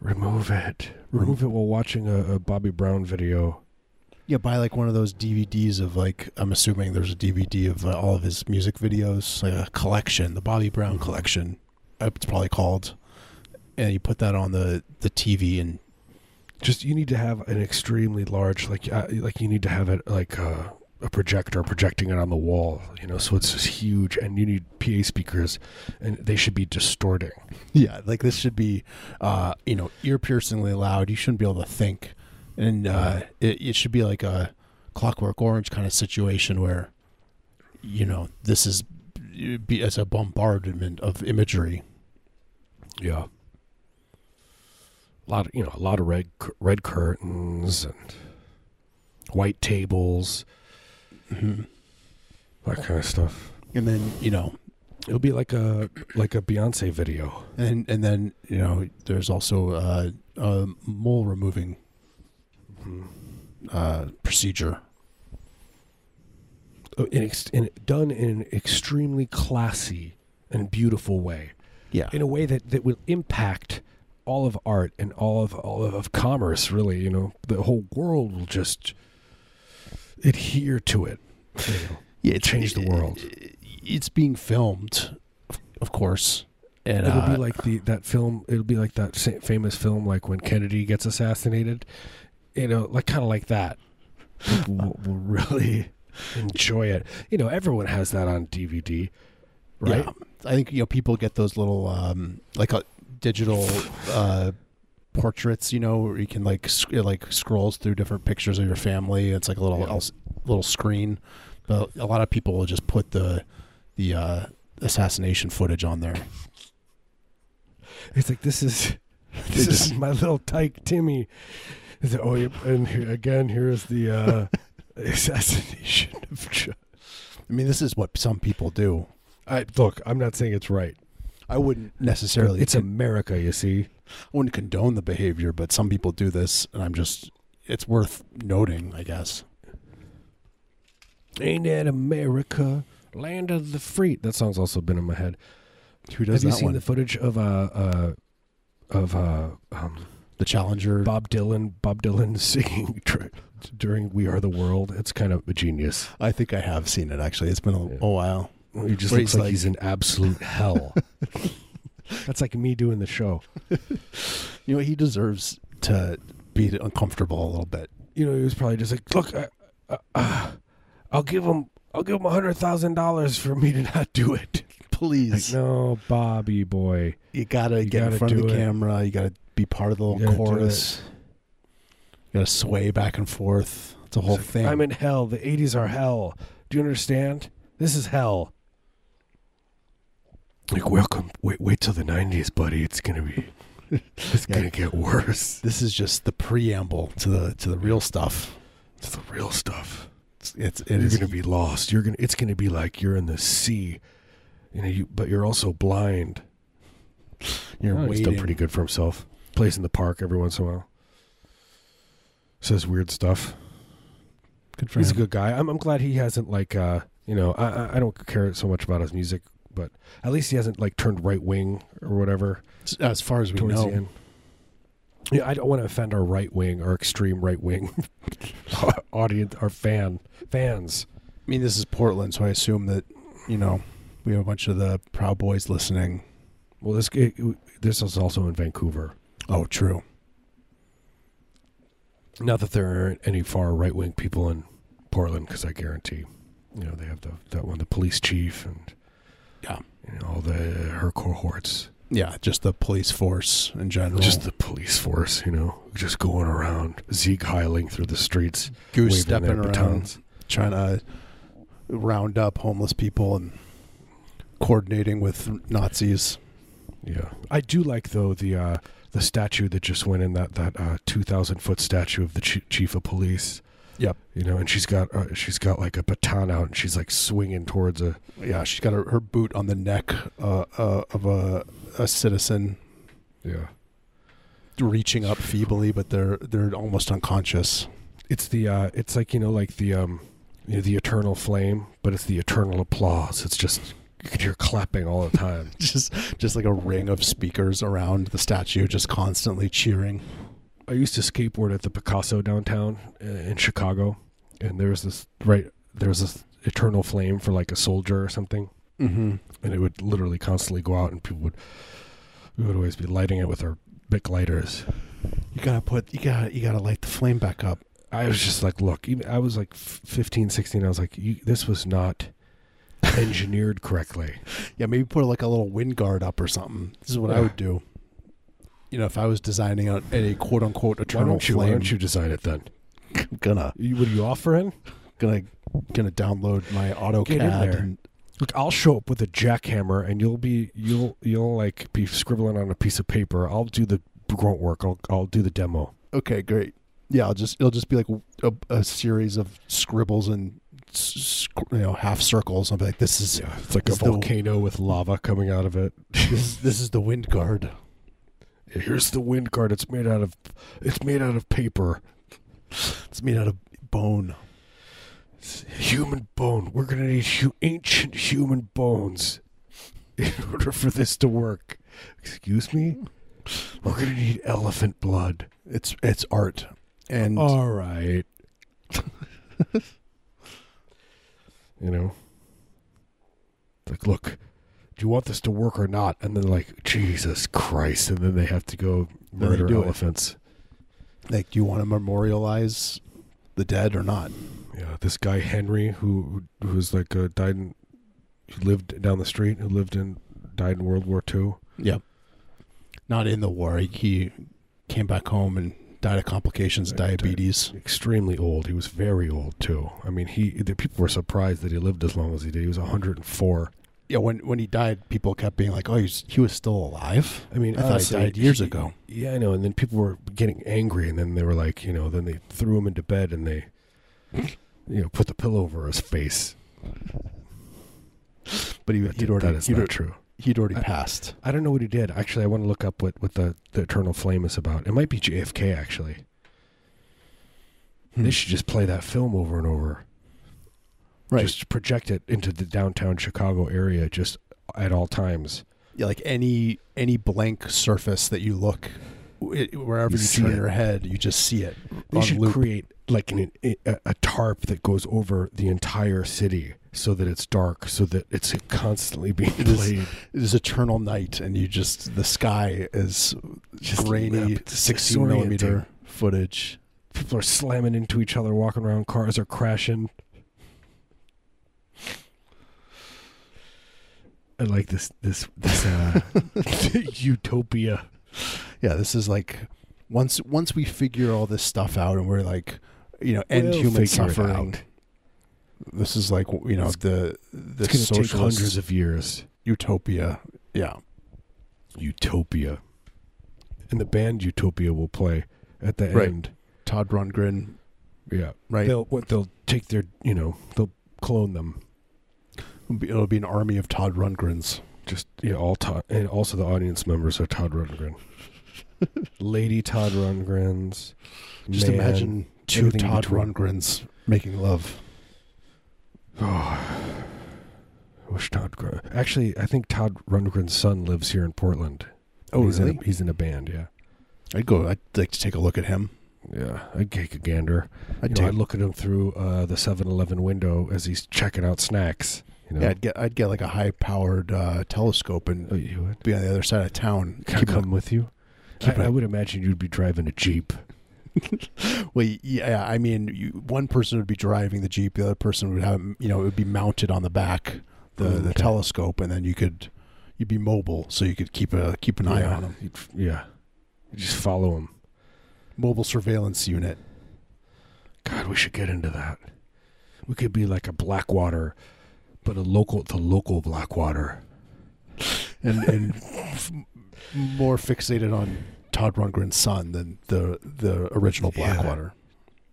Speaker 2: Remove it. Remove it while watching a, a Bobby Brown video.
Speaker 1: Yeah, buy like one of those DVDs of like I'm assuming there's a DVD of uh, all of his music videos, like a collection, the Bobby Brown collection. uh, It's probably called, and you put that on the the TV and
Speaker 2: Just you need to have an extremely large, like uh, like you need to have it like a, a projector projecting it on the wall, you know. So it's just huge, and you need PA speakers, and they should be distorting.
Speaker 1: yeah, like this should be, uh, you know, ear piercingly loud. You shouldn't be able to think, and uh, it it should be like a Clockwork Orange kind of situation where, you know, this is uh, be as a bombardment of imagery.
Speaker 2: Yeah. A lot, of, you know, a lot of red cur- red curtains and white tables, Mm-hmm. that kind of stuff.
Speaker 1: And then you know,
Speaker 2: It'll be like a like a Beyonce video.
Speaker 1: and and then you know, there's also uh, a mole removing uh, procedure.
Speaker 2: Uh, In ex- in, done in an extremely classy and beautiful way,
Speaker 1: Yeah,
Speaker 2: in a way that, that will impact all of art and all of all of, of commerce. Really, you know, the whole world will just adhere to it. you know.
Speaker 1: yeah, it's-
Speaker 2: change the world.
Speaker 1: It's being filmed, of- of course, and
Speaker 2: It'll
Speaker 1: uh,
Speaker 2: be like the that film. It'll be like that sa- famous film, like when Kennedy gets assassinated. You know, like kind of like that.
Speaker 1: [laughs]
Speaker 2: People will, will really enjoy it. You know, everyone has that on DVD, right?
Speaker 1: Yeah. I think you know people get those little um, like uh, digital uh, portraits, you know, where you can like sc- it, like scrolls through different pictures of your family. It's like a little
Speaker 2: Yeah.
Speaker 1: else, little screen, but a lot of people will just put the the uh, assassination footage on there.
Speaker 2: It's like this is [laughs] this is
Speaker 1: just-
Speaker 2: my little tyke Timmy. It's like, oh, yeah, and here, again, here is the [laughs] uh, assassination of. Ju-
Speaker 1: I mean, this is what some people do.
Speaker 2: I look. I'm not saying it's right.
Speaker 1: I wouldn't necessarily
Speaker 2: It's America, you see.
Speaker 1: I [laughs] wouldn't condone the behavior, but some people do this, and I'm just it's worth noting, I guess.
Speaker 2: Ain't that America? Land of the free. That song's also been in my head.
Speaker 1: Who does
Speaker 2: Have you
Speaker 1: that
Speaker 2: seen
Speaker 1: one?
Speaker 2: the footage of uh, uh of uh um,
Speaker 1: the Challenger.
Speaker 2: Bob Dylan Bob Dylan [laughs] singing dur- during We Are the World? It's kind of genius.
Speaker 1: I think I have seen it actually. It's been a,
Speaker 2: Yeah.
Speaker 1: a while.
Speaker 2: He just
Speaker 1: Where
Speaker 2: looks
Speaker 1: he's
Speaker 2: like,
Speaker 1: like-
Speaker 2: he's in [laughs] absolute hell. That's like me doing the show.
Speaker 1: You know, he deserves to be uncomfortable a little bit.
Speaker 2: You know, he was probably just like, look, I, uh, uh, I'll give him. I'll give him a hundred thousand dollars for me to not do it. Like,
Speaker 1: Please,
Speaker 2: no, Bobby boy.
Speaker 1: you gotta
Speaker 2: You
Speaker 1: get
Speaker 2: gotta
Speaker 1: in front of
Speaker 2: do
Speaker 1: the
Speaker 2: it.
Speaker 1: camera. You gotta be part of the
Speaker 2: You
Speaker 1: little
Speaker 2: gotta do
Speaker 1: chorus. You gotta sway back and forth. It's a whole
Speaker 2: It's like,
Speaker 1: thing.
Speaker 2: I'm in hell. The 80s are hell. Do you understand? This is hell. Like, welcome. Wait, wait till the 90s, buddy. It's gonna be. [laughs] It's
Speaker 1: Yeah.
Speaker 2: gonna get worse.
Speaker 1: this is just the preamble to the to the real stuff.
Speaker 2: It's the real stuff.
Speaker 1: It's it's it
Speaker 2: You're
Speaker 1: is-
Speaker 2: gonna be lost. You're gonna. It's gonna be like you're in the sea. You know, you, but you're also blind.
Speaker 1: you're
Speaker 2: Oh, He's
Speaker 1: waiting.
Speaker 2: done pretty good for himself. Plays in the park every once in a while. Says weird stuff.
Speaker 1: good for
Speaker 2: he's
Speaker 1: him.
Speaker 2: a good guy. I'm, I'm glad he hasn't like uh you know I I- I don't care so much about his music, but at least he hasn't like turned right wing or whatever
Speaker 1: as far as we
Speaker 2: towards
Speaker 1: know.
Speaker 2: the end. Yeah, I don't want to offend our right wing, our extreme right wing [laughs] audience, our fan fans.
Speaker 1: I mean, this is Portland, so I assume that you know we have a bunch of the Proud Boys listening.
Speaker 2: Well, this it, this is also in Vancouver.
Speaker 1: Oh, true.
Speaker 2: Not that there aren't any far right wing people in Portland, because I guarantee, you know, they have the that one, the police chief, and
Speaker 1: Yeah.
Speaker 2: you know, all the her cohorts.
Speaker 1: Yeah, just the police force in general.
Speaker 2: Just the police force, you know, just going around, Zeke heiling through the streets,
Speaker 1: goose
Speaker 2: waving
Speaker 1: stepping
Speaker 2: their
Speaker 1: around.
Speaker 2: batons.
Speaker 1: trying to round up homeless people and coordinating with Nazis.
Speaker 2: Yeah, I do like though the uh, the statue that just went in that that uh, two thousand foot statue of the chi- chief of police.
Speaker 1: Yep.
Speaker 2: You know, and she's got uh, she's got like a baton out, and she's like swinging towards a
Speaker 1: Yeah, she's got her, her boot on the neck uh, uh, of a, a citizen,
Speaker 2: yeah.
Speaker 1: reaching up feebly, but they're they're almost unconscious. [laughs]
Speaker 2: It's the uh, it's like you know like the um, you know, the eternal flame, but it's the eternal applause. It's just you can hear clapping all the time. [laughs]
Speaker 1: Just just like a ring of speakers around the statue, just constantly cheering.
Speaker 2: I used to skateboard at the Picasso downtown uh, in Chicago, and there was this right there was this eternal flame for like a soldier or something.
Speaker 1: Mm-hmm.
Speaker 2: and it would literally constantly go out, and people would we would always be lighting it with our bic lighters.
Speaker 1: You gotta put you gotta you gotta light the flame back up.
Speaker 2: I was just like, look, even, I was like f- 15, 16. I was like, you, this was
Speaker 1: [laughs]
Speaker 2: not engineered correctly.
Speaker 1: Yeah, maybe put like a little wind guard up or something. This is what I
Speaker 2: Yeah.
Speaker 1: would do. You know, if I was designing a, a quote unquote
Speaker 2: Why
Speaker 1: eternal
Speaker 2: don't you? Why
Speaker 1: flame,
Speaker 2: don't you design it then?
Speaker 1: I'm gonna
Speaker 2: You, what are you offering?
Speaker 1: gonna gonna download my AutoCAD
Speaker 2: there.
Speaker 1: and
Speaker 2: Look, I'll show up with a jackhammer, and you'll be you'll you'll like be scribbling on a piece of paper. I'll do the grunt work. I'll I'll do the demo.
Speaker 1: okay, great. Yeah, I'll just it'll just be like a, a series of scribbles and s- sc- you know half circles. I'll be like, this is
Speaker 2: Yeah, it's like a
Speaker 1: It's the-
Speaker 2: volcano with lava coming out of it.
Speaker 1: this, this is the wind guard.
Speaker 2: Here's the wind guard. It's made out of it's made out of paper.
Speaker 1: It's made out of bone.
Speaker 2: Human bone. We're gonna need hu- ancient human bones [laughs] in order for this to work. Excuse me. We're gonna need elephant blood.
Speaker 1: It's it's art, and
Speaker 2: All right. [laughs] you know, like, look, do you want this to work or not? And then, like, Jesus Christ! And then they have to go
Speaker 1: they
Speaker 2: murder
Speaker 1: do it.
Speaker 2: elephants.
Speaker 1: like, do you want to memorialize the dead or not?
Speaker 2: Yeah, this guy Henry, who who was like uh, died, in, who lived down the street, who lived in, died in World War II.
Speaker 1: Yep. Not in the war. He, he came back home and died of complications of
Speaker 2: Yeah, he died.
Speaker 1: diabetes.
Speaker 2: Extremely old. He was very old too. I mean, he the people were surprised that he lived as long as he did. He was 104.
Speaker 1: Yeah, when when he died, people kept being like, "Oh, he's, he was still alive."
Speaker 2: I mean,
Speaker 1: I thought
Speaker 2: honestly,
Speaker 1: he died years
Speaker 2: he-
Speaker 1: ago.
Speaker 2: Yeah, I know. And then people were getting angry, and then they were like, you know, then they threw him into bed and they, you know, put the pillow over his face.
Speaker 1: But he,
Speaker 2: That,
Speaker 1: he'd already
Speaker 2: that is
Speaker 1: he'd,
Speaker 2: not
Speaker 1: al-
Speaker 2: true.
Speaker 1: he'd already
Speaker 2: I-
Speaker 1: passed.
Speaker 2: I don't know what he did. Actually, I want to look up what, what the, the Eternal Flame is about. It might be JFK, actually.
Speaker 1: Hmm.
Speaker 2: They should just play that film over and over.
Speaker 1: Right.
Speaker 2: Just project it into the downtown Chicago area just at all times.
Speaker 1: yeah, like any any blank surface that you look, it, wherever
Speaker 2: You
Speaker 1: you,
Speaker 2: see
Speaker 1: turn
Speaker 2: it.
Speaker 1: your head, you just see it.
Speaker 2: They
Speaker 1: on
Speaker 2: should
Speaker 1: loop.
Speaker 2: create like an, a, a tarp that goes over the entire city so that it's dark, so that it's constantly being
Speaker 1: It is
Speaker 2: played.
Speaker 1: it is eternal night, and you just the sky is
Speaker 2: Just lit
Speaker 1: grainy,
Speaker 2: up. It's
Speaker 1: sixteen millimeter footage.
Speaker 2: People are slamming into each other, walking around, cars are crashing. I like this this
Speaker 1: [laughs]
Speaker 2: this uh, [laughs] utopia.
Speaker 1: Yeah, this is like once once we figure all this stuff out, and we're like, you know, end
Speaker 2: We'll
Speaker 1: human
Speaker 2: figure it
Speaker 1: suffering.
Speaker 2: out.
Speaker 1: This is like you know
Speaker 2: It's-
Speaker 1: the the
Speaker 2: It's going to take
Speaker 1: socialist
Speaker 2: hundreds of years.
Speaker 1: utopia. Yeah,
Speaker 2: Utopia. And the band Utopia will play at the
Speaker 1: Right.
Speaker 2: end.
Speaker 1: Todd Rundgren.
Speaker 2: Yeah.
Speaker 1: Right,
Speaker 2: They'll what they'll take their, you know, they'll clone them.
Speaker 1: It'll be- it'll be an army of Todd Rundgrens.
Speaker 2: Just yeah, all Todd and also the audience members are
Speaker 1: [laughs]
Speaker 2: Todd Rundgren. Lady Todd Rundgrens.
Speaker 1: Just
Speaker 2: man.
Speaker 1: imagine two
Speaker 2: everything in
Speaker 1: Todd
Speaker 2: between.
Speaker 1: Rundgrens making love.
Speaker 2: Oh, I wish Todd. Gr- Actually, I think Todd Rundgren's son lives here in Portland.
Speaker 1: Oh,
Speaker 2: he's In a, he's in a band. Yeah,
Speaker 1: I'd go. I'd like to take a look at him.
Speaker 2: yeah. I'd take a gander.
Speaker 1: I'd
Speaker 2: You know,
Speaker 1: take.
Speaker 2: I'd look at him through uh, the 7-Eleven window as he's checking out snacks. You know,
Speaker 1: yeah, I'd get. I'd get like a high powered uh, telescope and
Speaker 2: Oh, you would.
Speaker 1: be on the other side of
Speaker 2: [laughs]
Speaker 1: town.
Speaker 2: Can I
Speaker 1: Keep a-
Speaker 2: come with you?
Speaker 1: keep
Speaker 2: I,
Speaker 1: it-
Speaker 2: I would imagine you'd be driving a jeep.
Speaker 1: Well, y- yeah, I mean, you, one person would be driving the jeep, the other person would have, you know, it would be mounted on the back, the, the
Speaker 2: Okay.
Speaker 1: telescope, and then you could, you'd be mobile, so you could keep a keep an eye
Speaker 2: yeah.
Speaker 1: on them.
Speaker 2: You'd f- yeah, you just follow him.
Speaker 1: Mobile surveillance unit.
Speaker 2: God, we should get into that. We could be like a Blackwater, but a local to local Blackwater.
Speaker 1: and and f- more fixated on Todd Rundgren's son than the the original
Speaker 2: Yeah.
Speaker 1: Blackwater.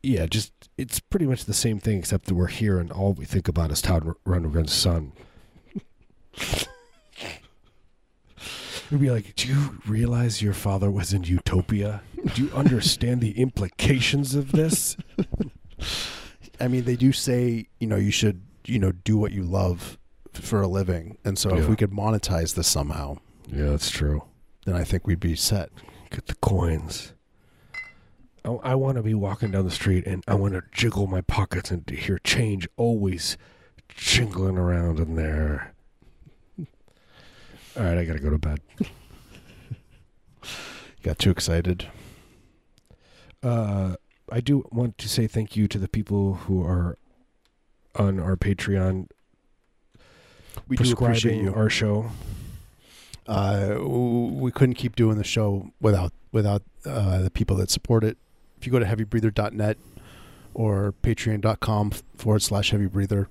Speaker 2: Yeah, just it's pretty much the same thing, except that we're here and all we think about is Todd R- Rundgren's son. [laughs] We'd be like, "Do you realize your father was in Utopia? Do you understand the implications of this?"
Speaker 1: I mean, they do say you know you should you know do what you love f- for a living, and so if
Speaker 2: Yeah.
Speaker 1: we could monetize this somehow,
Speaker 2: [laughs] Yeah, that's true.
Speaker 1: then I think we'd be set.
Speaker 2: Get the coins. I, I want to be walking down the street and I want to jiggle my pockets and to hear change always jingling around in there. [laughs] All right, I got to go to bed.
Speaker 1: Got too excited.
Speaker 2: Uh, I do want to say thank you to the people who are on our Patreon
Speaker 1: We do
Speaker 2: prescribing
Speaker 1: appreciate you.
Speaker 2: our show.
Speaker 1: Uh, w- we couldn't keep doing the show without without uh, the people that support it. If you go to heavybreather.net or patreon.com f- forward slash heavy breather,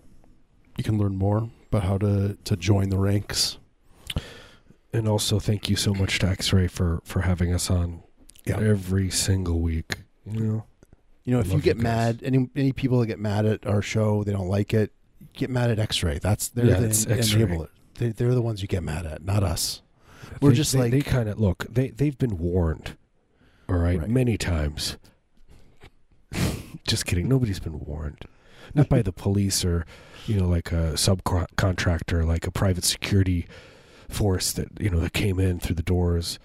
Speaker 1: you can learn more about how to, to join the ranks.
Speaker 2: And also thank you so much to X-Ray for for having us on
Speaker 1: Yeah.
Speaker 2: every single week. You know,
Speaker 1: You know, if you
Speaker 2: Love
Speaker 1: get
Speaker 2: you guys.
Speaker 1: mad, any any people that get mad at our show, they don't like it. Get mad at X Ray. That's they're
Speaker 2: Yeah,
Speaker 1: the
Speaker 2: it's
Speaker 1: en-
Speaker 2: X-Ray.
Speaker 1: enabler. They, they're the ones you get mad at, not us. We're
Speaker 2: They-
Speaker 1: just
Speaker 2: they-
Speaker 1: like-
Speaker 2: they kind of look. They they've been warned, all right,
Speaker 1: Right.
Speaker 2: many times. [laughs] just kidding. Nobody's been warned, not by the police or, you know, like a subcontractor, like a private security force that you know that came in through the doors,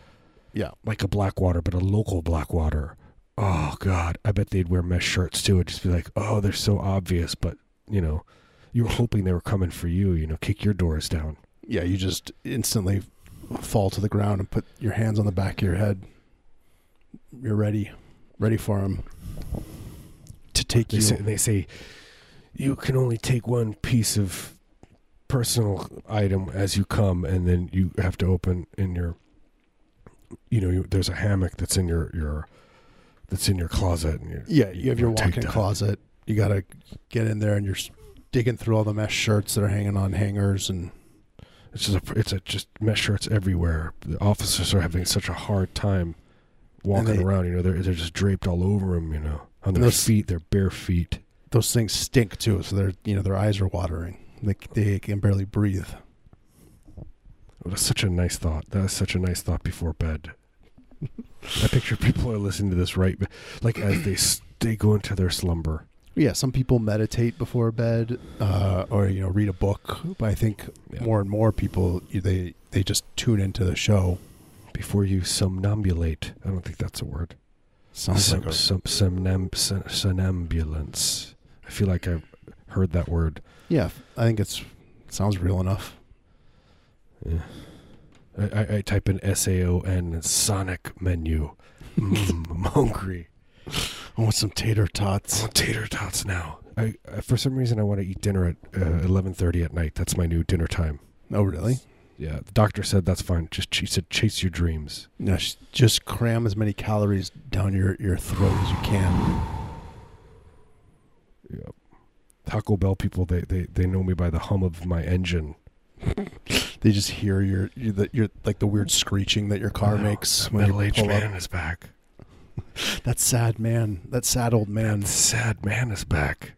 Speaker 1: Yeah,
Speaker 2: like a Blackwater, but a local Blackwater. Oh God, I bet they'd wear mesh shirts too. It'd just be like, oh, they're so obvious, but you know, you were hoping they were coming for you. You know, kick your doors down.
Speaker 1: yeah. You just instantly fall to the ground and put your hands on the back of your head. You're ready, ready for him to take
Speaker 2: They
Speaker 1: you.
Speaker 2: say, they say you can only take one piece of personal item as you come, and then you have to open in your, you know, you, there's a hammock that's in your your that's in your closet, and you
Speaker 1: yeah, you have your
Speaker 2: gotta take
Speaker 1: walk-in
Speaker 2: that.
Speaker 1: closet. You gotta get in there and you're s- digging through all the mesh shirts that are hanging on hangers and
Speaker 2: It's just a, it's a, just mesh shirts everywhere. The officers are having such a hard time walking
Speaker 1: they-
Speaker 2: around. You know, they're they're just draped all over them. You know, on their
Speaker 1: those-
Speaker 2: feet, their bare feet.
Speaker 1: those things stink too. So they're you know their eyes are watering. They they can barely breathe.
Speaker 2: Oh, that's such a nice thought. That is such a nice thought before bed. [laughs] I picture people are listening to this right, like as they s- they go into their slumber.
Speaker 1: Yeah, some people meditate before bed, uh, or you know, read a book. But I think
Speaker 2: Yeah.
Speaker 1: more and more people they they just tune into the show.
Speaker 2: Before you somnambulate, I don't think that's a word.
Speaker 1: Sounds
Speaker 2: Som-
Speaker 1: like a-
Speaker 2: som- somnam- son- somnambulance. I feel like I've heard that word.
Speaker 1: yeah. I think it's sounds real enough.
Speaker 2: Yeah. I, I, I type in S A O N Sonic
Speaker 1: [laughs]
Speaker 2: menu. Mm, I'm hungry.
Speaker 1: I want some tater
Speaker 2: I
Speaker 1: tots.
Speaker 2: want tater tots now. I, I for some reason I want to eat dinner at uh, 11:30 at night. That's my new dinner time.
Speaker 1: Oh, really?
Speaker 2: Yeah, the doctor said that's fine. Just she said chase your dreams.
Speaker 1: No, sh- just cram as many calories down your your throat as you can.
Speaker 2: Taco Bell people, they they, they know me by the hum of my engine.
Speaker 1: They just hear your your, the, your like the weird screeching that your car
Speaker 2: Oh,
Speaker 1: makes
Speaker 2: that
Speaker 1: when you
Speaker 2: middle-aged
Speaker 1: pull up.
Speaker 2: man is back.
Speaker 1: That sad man. That sad old man.
Speaker 2: That sad man is [laughs] back.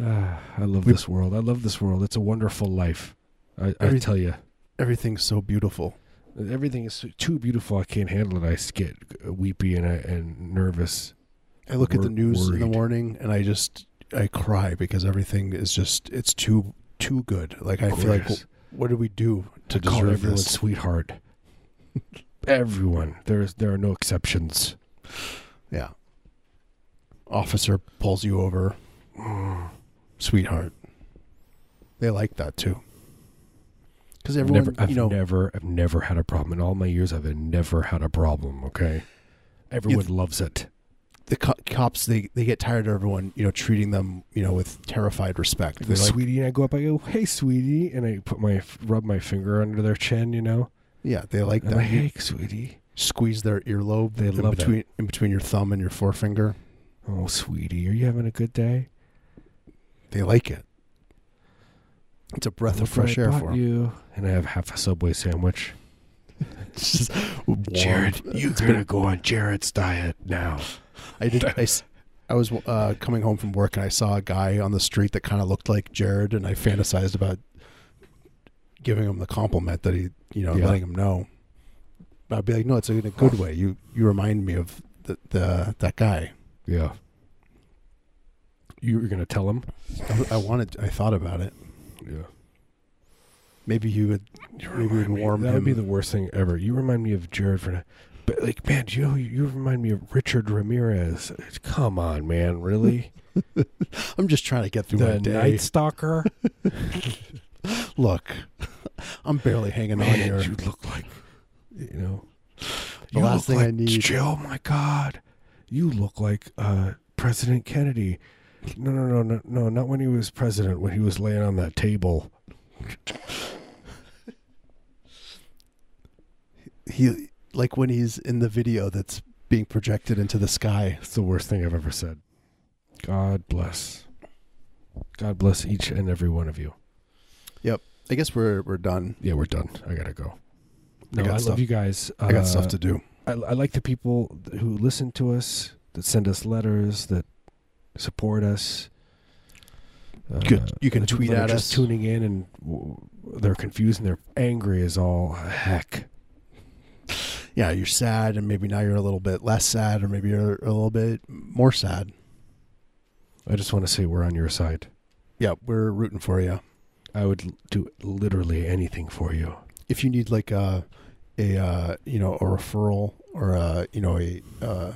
Speaker 2: Ah, I love
Speaker 1: We-
Speaker 2: this world. I love this world. It's a wonderful life. I, I
Speaker 1: Every-
Speaker 2: tell you,
Speaker 1: Everything's so beautiful.
Speaker 2: everything is too beautiful. I can't handle it. I s- get weepy and I, and nervous.
Speaker 1: I look at the
Speaker 2: wor-
Speaker 1: news in
Speaker 2: worried.
Speaker 1: the morning and I just I cry because everything is just it's too too good. Like I feel like
Speaker 2: Gorgeous.
Speaker 1: wh- what do we do to
Speaker 2: I call
Speaker 1: deserve
Speaker 2: everyone
Speaker 1: this?
Speaker 2: [laughs] sweetheart. everyone. There is there are no exceptions.
Speaker 1: Yeah. Officer pulls you over, sweetheart. They like that too. Because everyone,
Speaker 2: never, I've
Speaker 1: you know,
Speaker 2: never, I've never had a problem. In all my years, I've never had a problem. Okay, everyone loves it.
Speaker 1: the co- cops they they get tired of everyone, you know, treating them, you know, with terrified respect. They like,
Speaker 2: sweetie, and I go up, I go, "Hey, sweetie," and I put my rub my finger under their chin, you know,
Speaker 1: yeah, they like
Speaker 2: and I'm like,
Speaker 1: that. You
Speaker 2: "Hey, sweetie."
Speaker 1: squeeze their earlobe.
Speaker 2: They
Speaker 1: in
Speaker 2: love that.
Speaker 1: between in between your thumb and your forefinger.
Speaker 2: Oh, sweetie, are you having a good day?
Speaker 1: They like it. It's a breath of
Speaker 2: Look what
Speaker 1: fresh
Speaker 2: I
Speaker 1: air
Speaker 2: bought
Speaker 1: for 'em.
Speaker 2: you. And I have half a Subway sandwich.
Speaker 1: It's just [laughs]
Speaker 2: Jared,
Speaker 1: warm.
Speaker 2: [laughs] you
Speaker 1: It's
Speaker 2: better go on Jared's diet now.
Speaker 1: I did. I,
Speaker 2: [laughs]
Speaker 1: s- I was uh, coming home from work and I saw a guy on the street that kind of looked like Jared, and I fantasized about giving him the compliment that he, you know,
Speaker 2: Yeah.
Speaker 1: letting him know. I'd be like, no, it's in a good way. You you remind me of the, the that guy.
Speaker 2: Yeah. You were going to tell him?
Speaker 1: I, I wanted. I thought about it.
Speaker 2: Yeah.
Speaker 1: Maybe you would. Maybe you'd warm
Speaker 2: that
Speaker 1: him.
Speaker 2: would be the worst thing ever. You remind me of Jared for but like man, do you know who- you remind me of Richard Ramirez. Come on, man,
Speaker 1: [laughs]
Speaker 2: really?
Speaker 1: I'm just trying to get through my
Speaker 2: the
Speaker 1: day. [laughs]
Speaker 2: Night Stalker.
Speaker 1: Look, I'm barely hanging on
Speaker 2: man,
Speaker 1: here.
Speaker 2: you look like you know.
Speaker 1: The
Speaker 2: you
Speaker 1: last
Speaker 2: look
Speaker 1: thing
Speaker 2: like
Speaker 1: I need-
Speaker 2: J- Oh my God, you look like uh, President Kennedy. No, no, no, no, no, not when he was president. When he was laying on that table.
Speaker 1: he like when he's in the video that's being projected into the sky.
Speaker 2: It's the worst thing I've ever said. God bless. God bless each and every one of you.
Speaker 1: I guess we're we're done.
Speaker 2: Yeah, we're done. I gotta go. No, I,
Speaker 1: got
Speaker 2: love
Speaker 1: stuff-
Speaker 2: you guys. Uh,
Speaker 1: I got stuff to do.
Speaker 2: I, I like the people th- who listen to us, that send us letters, that support us. Uh,
Speaker 1: Good. You can
Speaker 2: the people
Speaker 1: tweet
Speaker 2: that are
Speaker 1: at
Speaker 2: just
Speaker 1: us.
Speaker 2: tuning in, and w- they're confused and they're angry as all heck.
Speaker 1: Yeah, you're sad, and maybe now you're a little bit less sad, or maybe you're a little bit more sad.
Speaker 2: I just want to say we're on your side.
Speaker 1: Yeah, we're rooting for you.
Speaker 2: I would l- do literally anything for you.
Speaker 1: If you need like a a uh, you know a referral or a you know a uh,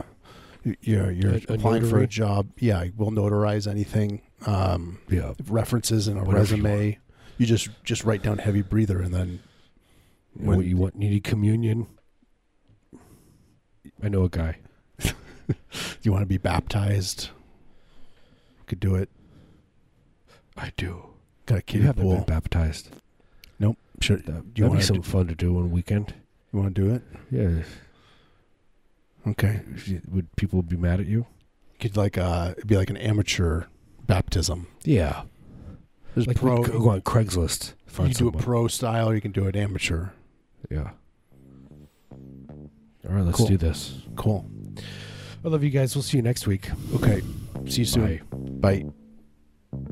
Speaker 1: you, you know you're
Speaker 2: A- a
Speaker 1: applying for
Speaker 2: notary?
Speaker 1: a job. Yeah, we'll notarize anything. Um,
Speaker 2: Yeah,
Speaker 1: references in a
Speaker 2: Whatever you
Speaker 1: resume. You, just just write down heavy breather, and then When-
Speaker 2: what you want? You need communion. I know a guy.
Speaker 1: you want to be baptized. Could do it.
Speaker 2: I do.
Speaker 1: Got a
Speaker 2: You
Speaker 1: kiddie
Speaker 2: haven't been
Speaker 1: pool.
Speaker 2: baptized.
Speaker 1: Sure.
Speaker 2: That,
Speaker 1: you
Speaker 2: would be
Speaker 1: wanna
Speaker 2: something
Speaker 1: do-
Speaker 2: fun to do on weekend.
Speaker 1: You want to do it?
Speaker 2: Yeah,
Speaker 1: Okay.
Speaker 2: would people be mad at you?
Speaker 1: could like uh it'd be like an amateur baptism.
Speaker 2: Yeah,
Speaker 1: There's
Speaker 2: like
Speaker 1: pro.
Speaker 2: pro, go on Craigslist.
Speaker 1: you
Speaker 2: Find
Speaker 1: do it pro style. or You can do it amateur.
Speaker 2: Yeah. All right, let's
Speaker 1: Cool.
Speaker 2: do this.
Speaker 1: Cool.
Speaker 2: I love you guys. We'll see you next week.
Speaker 1: Okay. See you soon.
Speaker 2: Bye.
Speaker 1: Bye.